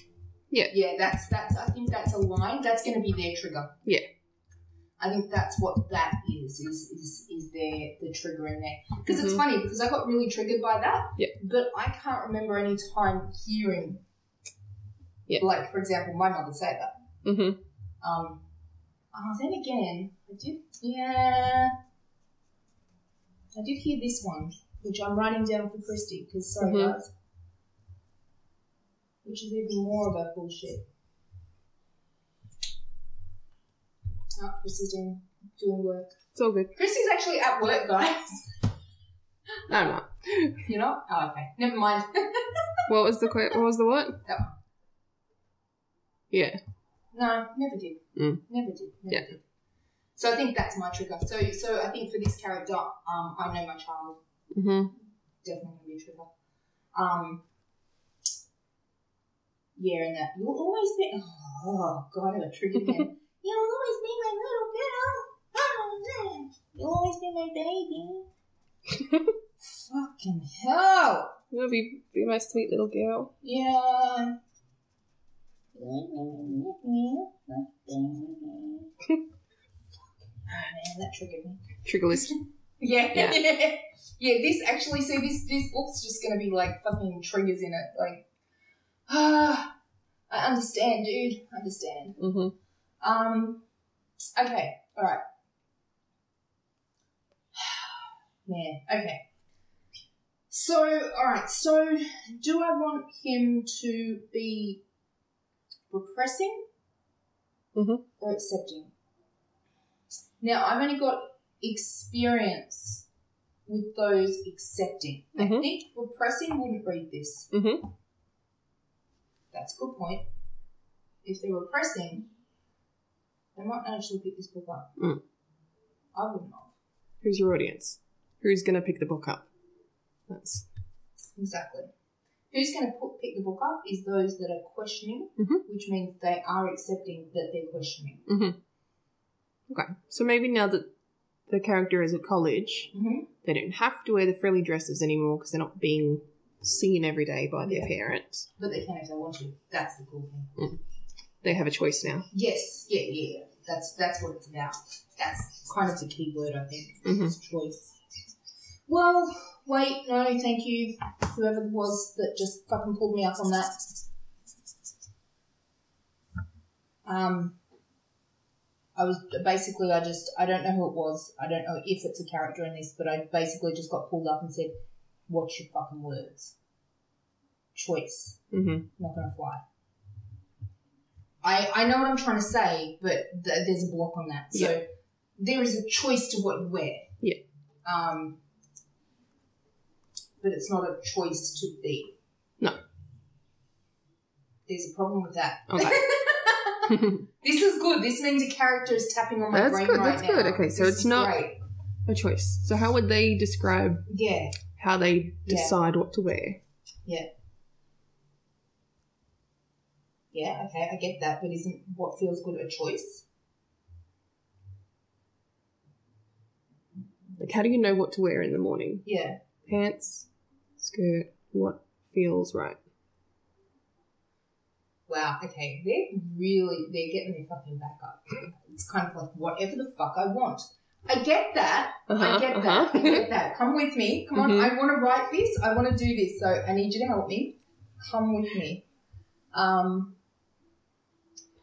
Yeah.
yeah. That's that's. I think that's a line. That's going to be their trigger.
Yeah.
I think that's what that is. Is is is their the trigger in there? Because it's
Mhm.
funny because I got really triggered by that.
Yeah.
But I can't remember any time hearing.
Yeah.
Like for example, my mother said that.
hmm
Um. Oh, then again, I did. Yeah. I did hear this one, which I'm writing down for Christy because sorry
Mhm.
guys. Which is even more of a bullshit. Oh, Christy's doing doing work.
It's all good.
Christy's actually at work, guys.
No, I'm not.
You're not? Oh, okay. Never mind.
What was the que- What was the what?
That
Yeah.
No, never did.
Mm.
Never did. Never
Yeah.
did. So I think that's my trigger. So so I think for this character, um, I know my child.
hmm
definitely gonna be a trigger. Um, yeah, and that you'll always be. Oh god, I got triggered again. you'll always be my little girl. Oh, no. You'll always be my baby. Fucking hell!
You'll be, be my sweet little girl.
Yeah. Oh, man, that triggered me.
Trigger list.
Yeah.
Yeah.
yeah. this actually, see, this, this book's just going to be like fucking triggers in it. Like, ah, I understand, dude. I understand.
hmm
Um, okay. All right. Man, okay. So, all right. So, do I want him to be repressing
Mhm.
or accepting? Now, I've only got experience with those accepting. I
Mhm.
think repressing wouldn't read this.
Mhm.
That's a good point. If they're repressing, they might not actually pick this book up.
Mm.
I would not.
Who's your audience? Who's gonna pick the book up? That's
Exactly. Who's going to put, pick the book up is those that are questioning,
Mhm.
which means they are accepting that they're questioning.
Mm-hmm. okay. So maybe now that the character is at college,
Mm-hmm.
they don't have to wear the frilly dresses anymore because they're not being seen every day by their
Yeah.
parents.
But they can if they want to. That's the cool thing.
They have a choice now.
Yes, yeah, yeah. yeah. That's that's what it's about. That's kind of the key word, I think.
Mhm.
is Choice. Well, wait, no, thank you. Whoever it was that just fucking pulled me up on that. Um, I was basically, I just, I don't know who it was. I don't know if it's a character in this, but I basically just got pulled up and said, "Watch your fucking words." Choice
Mm-hmm.
not gonna fly. I I know what I'm trying to say, but th- there's a block on that. So there is a choice to what you wear.
Yeah.
Um. But it's not a choice to be.
No.
There's a problem with that.
Okay.
This is good. This means a character is tapping on my
That's
brain
good,
right
that's
now.
good. Okay, so
This
it's
is
not-
Great.
a choice. So how would they describe
Yeah.
how they
Yeah.
decide what to wear?
Yeah. Okay. I get that, but isn't what feels good a choice?
Like how do you know what to wear in the morning?
Yeah.
Pants, skirt, what feels right?
Wow, okay, they're really they're getting their fucking back up. It's kind of like whatever the fuck I want. I get that.
Uh-huh,
I get that. I get that. Come with me. Come on.
Mhm.
I want to write this. I want to do this. So I need you to help me. Come with me. Um,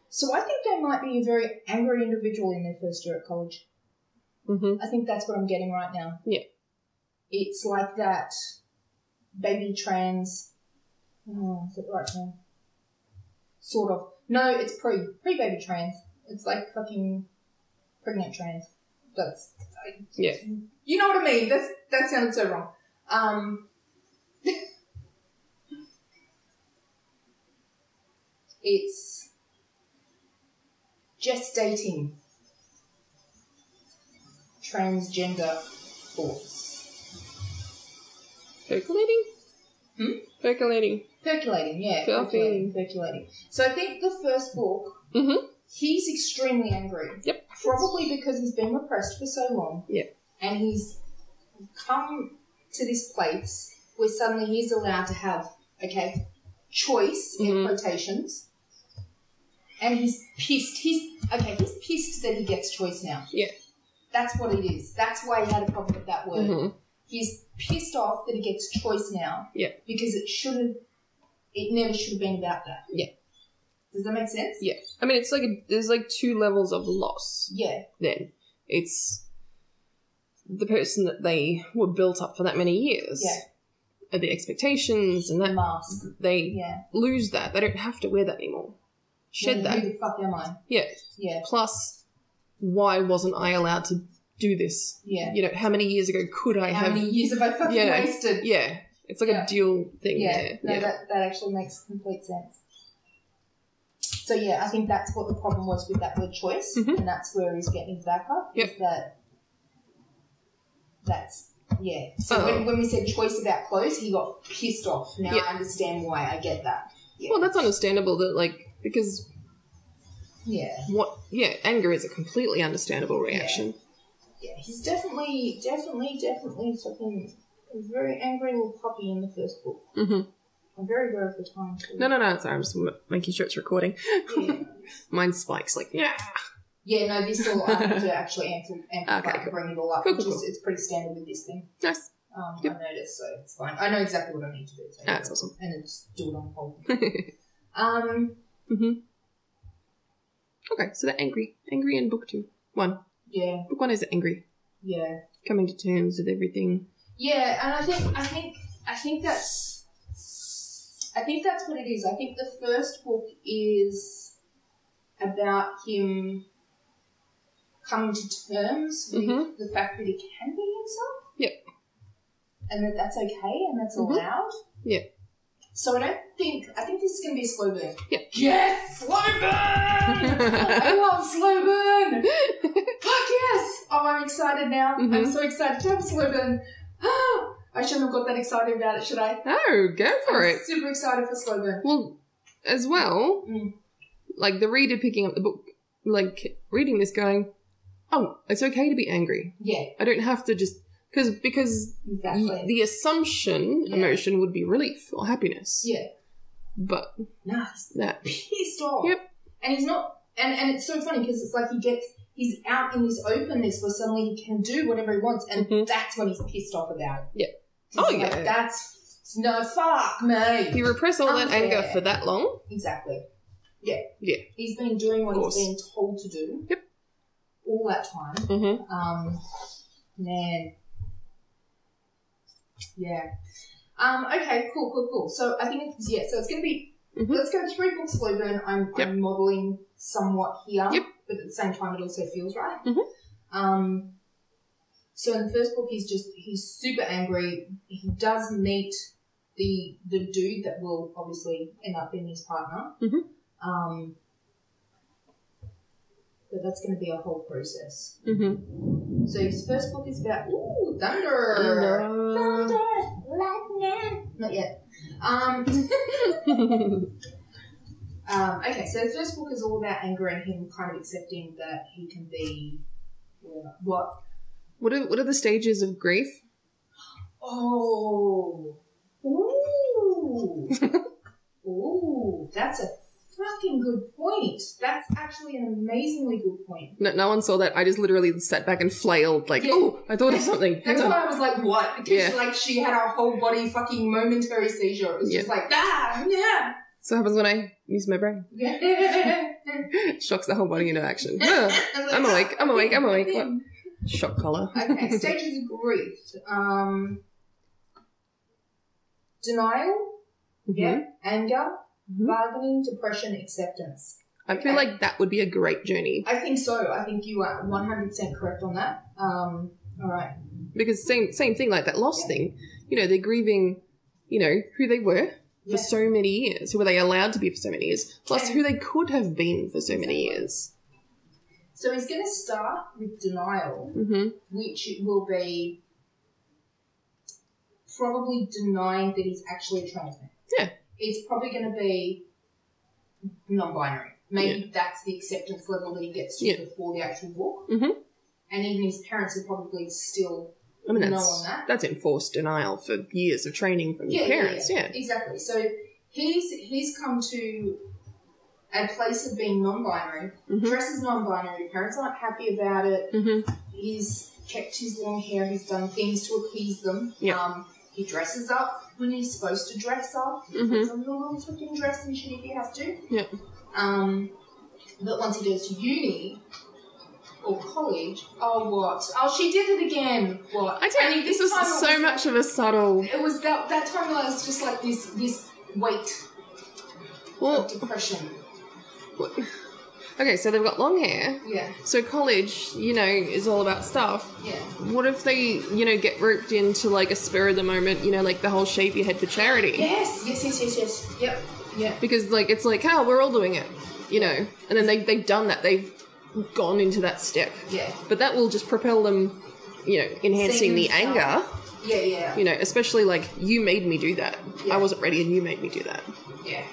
so I think they might be a very angry individual in their first year at college.
hmm
I think that's what I'm getting right now.
Yeah.
It's like that baby trans. Oh, is it the right term? Sort of. No, it's pre pre baby trans. It's like fucking pregnant trans. That's I-
Yeah.
You know what I mean? That's that sounded so wrong. Um. it's gestating transgender thoughts.
Percolating?
Hmm?
Percolating.
Percolating, yeah.
Percolating.
Percolating, percolating. So I think the first book,
Mhm.
he's extremely angry.
Yep.
Probably because he's been repressed for so long.
Yeah.
And he's come to this place where suddenly he's allowed to have, okay, choice in
Mhm.
quotations. And he's pissed. He's okay, he's pissed that he gets choice now.
Yeah.
That's what it is. That's why he had a problem with that word.
hmm
He's pissed off that he gets choice now.
Yeah.
Because it shouldn't. It never should have been about that.
Yeah.
Does that make sense?
Yeah. I mean, it's like a, there's like two levels of loss.
Yeah.
Then it's the person that they were built up for that many years.
Yeah. Mm-hmm.
And the expectations and
The
that
mask.
they
Yeah.
lose that. They don't have to wear that anymore. Shed
Then
that.
Who the fuck am I?
Yeah.
Yeah.
Plus, why wasn't I allowed to do this?
Yeah.
You know, how many years ago could I
How
have?
many years have I fucking
Yeah.
wasted?
Yeah. It's like
Yeah.
a dual thing.
Yeah.
there.
No,
yeah.
That, that actually makes complete sense. So yeah, I think that's what the problem was with that word choice,
Mhm.
and that's where he's getting back up. Is that that's yeah. So
Oh.
when, when we said choice about clothes, he got pissed off. Now
Yeah.
I understand why. I get that. Yeah.
Well, that's understandable that, like, because
yeah.
what, yeah, anger is a completely understandable reaction.
Yeah, he's definitely, definitely, definitely fucking a very angry little puppy in the first book.
hmm
I'm very aware of the time. too.
No, no, no, sorry, I'm just m- making sure it's recording.
Yeah.
Mine spikes, like, yeah.
Yeah, no, this will I have to actually answer, amplify
Okay,
and
cool.
bring it all up,
Cool,
which
cool,
is it's pretty standard with this thing.
Nice.
Um,
Yep.
I
Ah,
noticed, so it's fine. I know exactly what I need to do. So
That's awesome.
And then just do it on hold.
Mm-hmm.
um,
Okay, so they're angry. Angry in book two. One.
yeah,
Book one is angry.
yeah.
Coming to terms with everything.
Yeah, and I think I think I think that's I think that's what it is. I think the first book is about him coming to terms with
Mhm.
the fact that he can be himself.
Yep.
And that that's okay and that's
Mhm.
allowed.
Yeah.
So I don't think I think this is gonna be a slow burn.
Yeah.
Yes! Slow burn!
Oh,
I love slow burn! Fuck yes! Oh, I'm excited now. I'm
Mhm.
so excited to have slow burn. I shouldn't have got that excited about it, should I?
Oh, go for
I'm
it.
super excited for slow burn.
Well, as well,
Mm.
like, the reader picking up the book, like, reading this going, oh, it's okay to be angry.
Yeah,
I don't have to just, because, because Y-
exactly.
the assumption
Yeah.
emotion would be relief or happiness.
Yeah.
But
Nice.
that.
Pissed off.
Yep.
And he's not, and, and it's so funny because it's like he gets, he's out in this openness where suddenly he can do whatever he wants and
Mhm.
that's when he's pissed off about it.
Yeah.
He's
Oh,
like,
yeah.
That's, no, fuck me.
You repress all that
Unfair.
anger for that long.
Exactly. Yeah.
Yeah.
He's been doing what
Of course.
he's been told to do.
Yep.
All that time.
Mm-hmm.
Um, man. Yeah. Um, okay, cool, cool, cool. So I think it's, yeah, so it's going to be,
Mhm.
let's go three books slow burn. I'm,
Yep.
I'm modeling somewhat here,
Yep.
but at the same time it also feels right.
Mhm.
Um, so in the first book, he's just, he's super angry. He does meet the, the dude that will obviously end up being his partner.
Mhm.
Um, but that's going to be a whole process.
Mm-hmm.
So his first book is about ooh thunder, thunder, lightning. Not yet. Um, um, okay, so the first book is all about anger and him kind of accepting that he can be whatever. What?
what are what are the stages of grief?
Oh, ooh, ooh. That's a fucking good point. That's actually an amazingly good point.
No, no one saw that. I just literally sat back and flailed, like,
Yeah.
oh, I thought of something.
That's
Hang on.
why I was like, what? Because
Yeah.
like she had her whole body fucking momentary seizure. It was just like, ah, yeah.
So what happens when I use my brain. Shocks the whole body into action. Yeah. I'm awake, I'm awake, I'm awake. What? Shock collar.
Okay, stages of grief. Um, denial,
Mm-hmm.
yeah, anger,
Mhm.
bargaining, depression, acceptance.
I feel like that would be a great journey
I think so. I think you are 100% correct on that. Um, all right.
because same same thing like that loss thing. You know, they're grieving. You know who they were for
Yeah.
so many years, who were they allowed to be for so many years, plus who they could have been for so many years.
So he's going to start with denial,
Mm-hmm.
which will be probably denying that he's actually a trans man.
Yeah.
It's probably going to be non binary. Maybe that's the acceptance level that he gets to
Yeah.
before the actual walk.
Mhm.
And even his parents are probably still.
I mean,
No
that's
on that.
that's enforced denial for years of training from your parents. Yeah,
Exactly. So he's he's come to a place of being non binary,
Mhm.
dresses non binary, parents aren't happy about it.
Mm-hmm.
He's kept his long hair. He's done things to appease them.
Yeah.
Um, he dresses up when he's supposed to dress up. He
Mhm.
puts on the little fucking dress and shit if he has to.
Yeah.
Um, but once he goes to uni or college, oh what? Oh, she did it again. What?
I tell you,
And
this is
time it
so
was-
much of a subtle.
It was that that time I was just like this this weight
Well,
of depression.
okay, so they've got long hair.
Yeah.
So college, you know, is all about stuff.
Yeah.
What if they, you know, get roped into like a spur of the moment, you know, like the whole shape your head for charity?
Yes. Yes. Yes. Yes. Yes. Yep. Yep.
because like it's like how we're all doing it you know and then they, they've done that they've gone into that step
Yeah.
but that will just propel them you know enhancing the
Saving
anger
Yeah. Yeah.
you know especially like you made me do that
Yeah.
i wasn't ready and you made me do that
Yeah.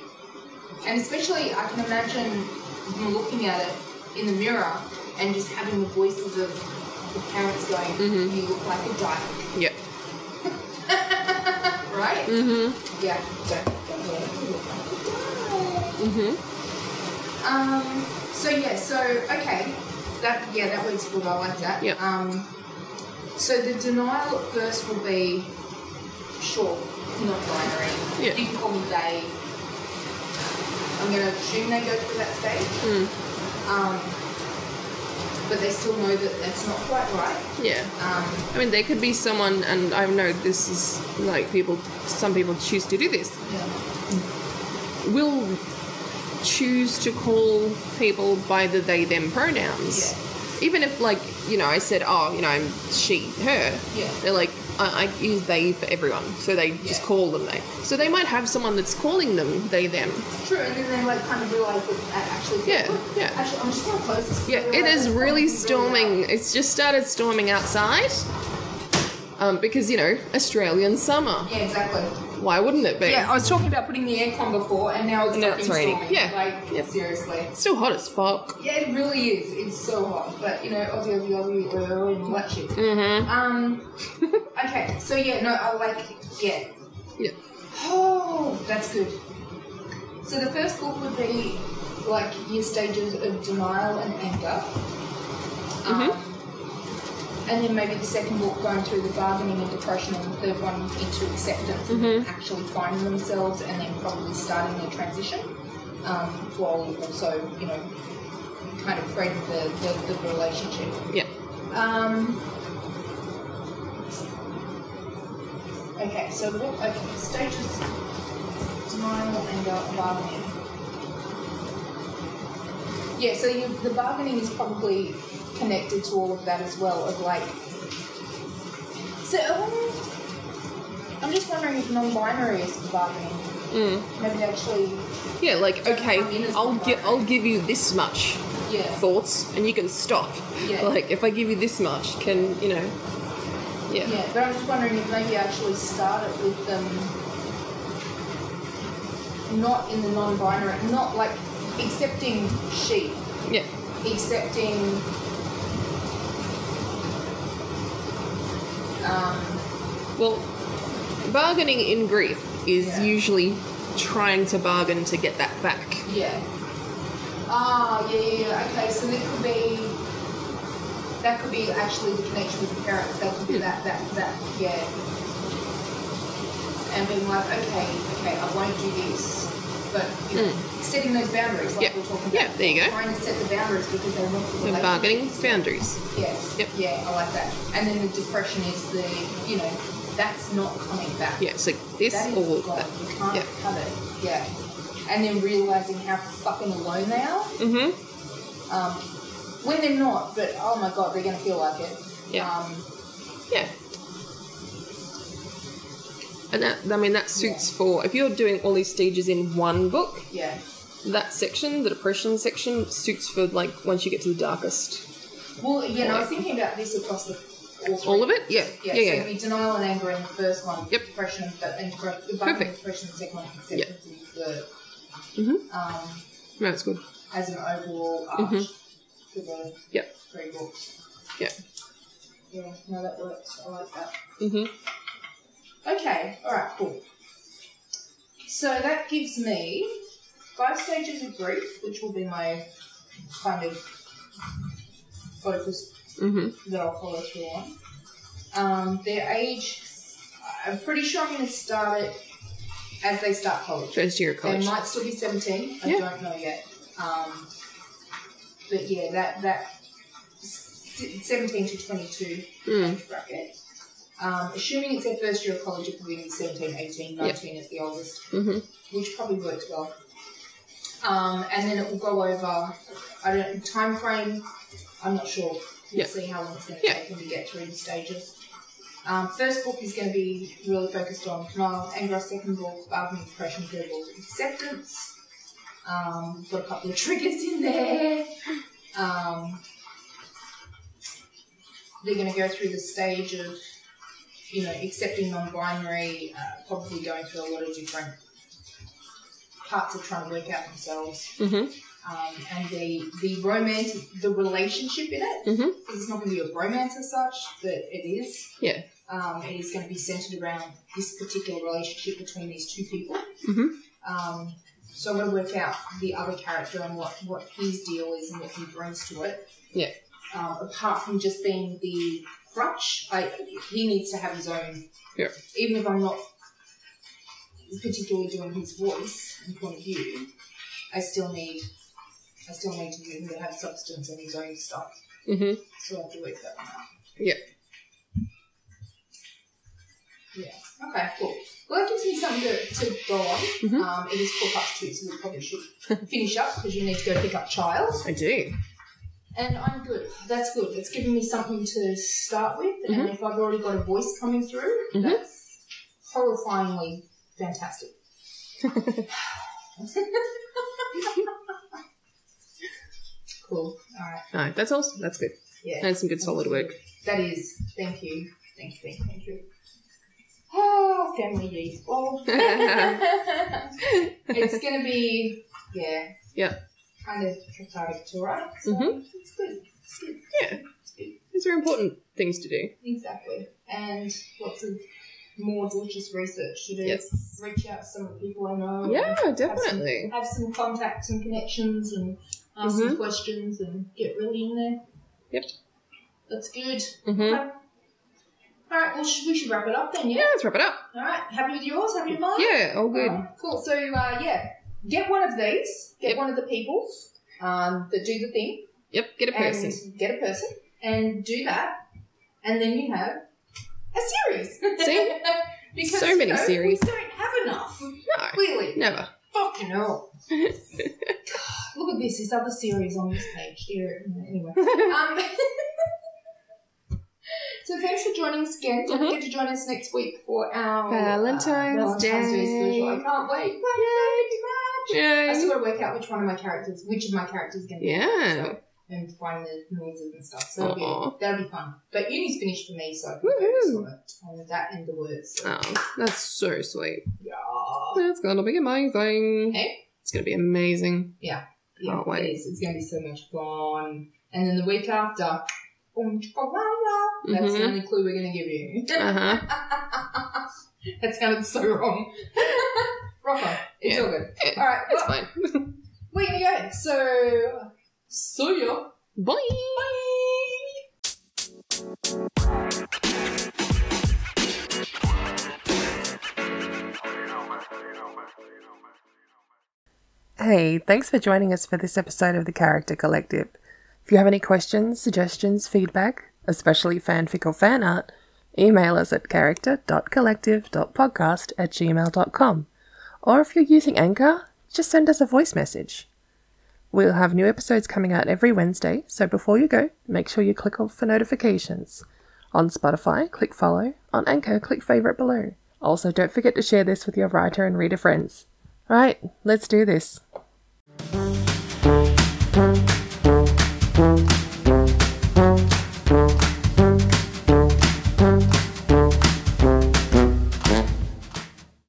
And especially, I can imagine you looking at it in the mirror and just having the voices of the parents going,
Mhm.
You look like a dyke.
yep
Right?
mm-hmm
Yeah. Don't, don't worry, you look like a dyke.
mm-hmm
Um, so, yeah, so, okay. That, yeah, that works good. I like that.
Yep.
Um, so, the denial at first will be sure, not binary.
Yeah.
You can call me they. I'm going to assume they go through that stage.
mm.
um, but they still know that that's not quite right.
yeah
Um,
i mean there could be someone and i know this is like people some people choose to do this
yeah.
will choose to call people by the they them pronouns even if like you know i said oh you know i'm she her
Yeah.
they're like I, I use they for everyone so they just
Yeah.
call them they so they might have someone that's calling them they them
True, and then they like kind of realise that that actually.
Yeah, yeah.
Actually, I'm just gonna close this.
yeah it is really storming it's just started storming outside um, because you know australian summer
Yeah, exactly.
why wouldn't it be
Yeah, I was talking about putting the aircon before, and now it's
Now
fucking
it's raining.
storming.
Yeah.
Like
Yep.
seriously.
it's still hot as fuck
Yeah, it really is. It's so hot, but you know, Aussie, Aussie, Aussie, oil and all that shit.
mm-hmm
Um. okay, so yeah, no, I like yeah.
Yeah.
Oh, that's good. So the first book would be like your stages of denial and anger. Um, And then maybe the second book going through the bargaining and depression, and the third one into acceptance and then actually finding themselves, and then probably starting their transition um, while also, you know, kind of creating the, the, the relationship.
yeah
Um. Okay, so the okay stages denial anger bargaining. Yeah, so you, the bargaining is probably connected to all of that as well. Of like, so um, I'm just wondering if non-binary is bargaining.
mm.
Maybe they actually,
yeah like okay
come in as
i'll
one
give
line.
i'll give you this much
yeah,
thoughts and you can stop
Yeah.
like if i give you this much can you know yeah
yeah. But I'm just wondering if maybe actually started with them not in the non-binary, not like accepting she,
yeah,
accepting um,
well bargaining in grief is
Yeah.
usually trying to bargain to get that back
yeah, Ah, yeah, yeah, yeah. Okay, so that could be that could be actually the connection with the parents. That could be that, that, that. Yeah. And being like, okay, okay, I won't do this, but you know, setting those boundaries, like
Yep.
we're talking about.
Hmm. Yeah, there you go.
Trying to set the boundaries because they want the
The
relationship.
bargaining boundaries.
Yes.
Yep.
Yeah, I like that. And then the depression is the, you know, that's not coming back.
Yeah, so this
That is
or
gone.
that.
You can't
Yep.
have it. Yeah. And then realizing how fucking alone they are
Mm-hmm.
um, when they're not. But oh my god, they're going to feel like it.
Yeah.
Um,
Yeah. And that, I mean, that suits for if you're doing all these stages in one book,
yeah.
that section, the depression section, suits for like once you get to the darkest.
Well, you know, I was thinking about this across the all, three.
All of it? Yeah.
Yeah,
Yeah,
so
yeah.
it'd be denial and anger in the first one,
Yep.
depression, but then depre- the button
Perfect.
depression, the second one, acceptance in the third.
Mhm.
Um,
No, it's good.
as an overall arc
Mhm.
for the
Yep.
three books.
Yep.
Yeah, no, that works. I like that.
hmm
Okay, alright, cool. So that gives me five stages of grief, which will be my kind of focus
hmm
that I'll follow through on. Um, their age, I'm pretty sure I'm going to start it as they start college.
First year of college.
They might still be 17. I
Yeah.
don't know yet. Um, but yeah, that that s- 17 to 22
Mm.
bracket. Um, assuming it's their first year of college, it could be 17, 18, 19 at the oldest,
hmm
which probably works well. Um, and then it will go over. I don't time frame. I'm not sure. We'll
Yeah.
see how long it's going to
Yeah.
take when we get through the stages. Um, first book is going to be really focused on denial, anger. Second book, bargaining, depression, third book, acceptance. Um, we've got a couple of triggers in there. Um, they're going to go through the stage of, you know, accepting non-binary, uh, probably going through a lot of different parts of trying to work out themselves
hmm
um, and the the romance, the relationship in it.
Mhm.
'Cause It's not going to be a romance as such, but it is.
Yeah.
Um, it is going to be centered around this particular relationship between these two people.
Mhm.
Um, so I'm going to work out the other character and what, what his deal is and what he brings to it.
Yeah.
Um, apart from just being the crutch, I, he needs to have his own.
Yeah.
Even if I'm not particularly doing his voice and point of view, I still need I still need to him to have substance in his own stuff.
hmm
So I have to work that one out.
Yeah.
Yeah. Okay, cool. Well, that gives me something to, to go on.
Mhm.
Um, it is quarter past two, so we probably should finish up because you need to go pick up child.
I do.
And I'm good. That's good. It's given me something to start with.
Mm-hmm.
And if I've already got a voice coming through,
Mhm.
that's horrifyingly fantastic. cool. All right.
No, that's awesome. That's good.
Yeah.
That's some good solid work.
That is. Thank you. Thank you. Thank you. Thank you. Oh, family yeast. Oh. it's going to be, yeah.
Yeah.
Kind of cathartic to write. So
Mhm.
it's good. It's good.
These are important things to do.
Exactly. And lots of more delicious research to do.
Yes.
Reach out to some of the people I know.
Yeah,
Have some,
definitely.
have some contacts and connections and ask some questions and get really in there.
Mm-hmm. Yep.
That's good.
hmm
All right, well, should, we should wrap it up then, yeah?
Yeah, let's wrap it up.
All right, happy with yours, happy with mine?
Yeah, all good.
Um, cool. So, uh, yeah, get one of these, get
Yep.
one of the peoples um, that do the thing.
Yep, get a person.
And get a person and do that, and then you have a series.
See?
because,
So
you
many
know,
series.
We don't have enough.
No,
Clearly.
never.
Fucking hell. God, look at this. This other series on this page here. Anyway. Um, so thanks for joining us again. Don't
Mhm.
forget to join us next week for our uh,
Valentine's Day.
special. I can't wait. Yay, March. I
Yay.
still got to work out which one of my characters, which of my characters is going to be.
Yeah.
So, and find the noises and stuff. So that'll
Aw.
be, that'll be fun. But uni's finished for me, so I can focus
Woohoo.
on it. On that and the words. So,
Oh, that's so sweet.
yeah.
That's gonna be amazing.
Hey?
It's gonna be amazing.
Yeah,
Can't wait.
it is. It's going to be so much fun. And then the week after, Orange Koala. That's the
Mhm.
only clue we're going to give you.
Uh huh.
that sounded so wrong. Rock on. It's
Yeah.
all good.
Yeah.
All right.
It's
well,
fine.
Wait, okay, so
So ya. Bye. Bye.
Hey, thanks for joining us for this episode of the Character Collective. If you have any questions, suggestions, feedback, especially fanfic or fan art, email us at character.collective.podcast at gmail.com. Or if you're using Anchor, just send us a voice message. We'll have new episodes coming out every Wednesday, so before you go, make sure you click off for notifications. On Spotify, click follow. On Anchor, click favourite below. Also, don't forget to share this with your writer and reader friends. Right, let's do this.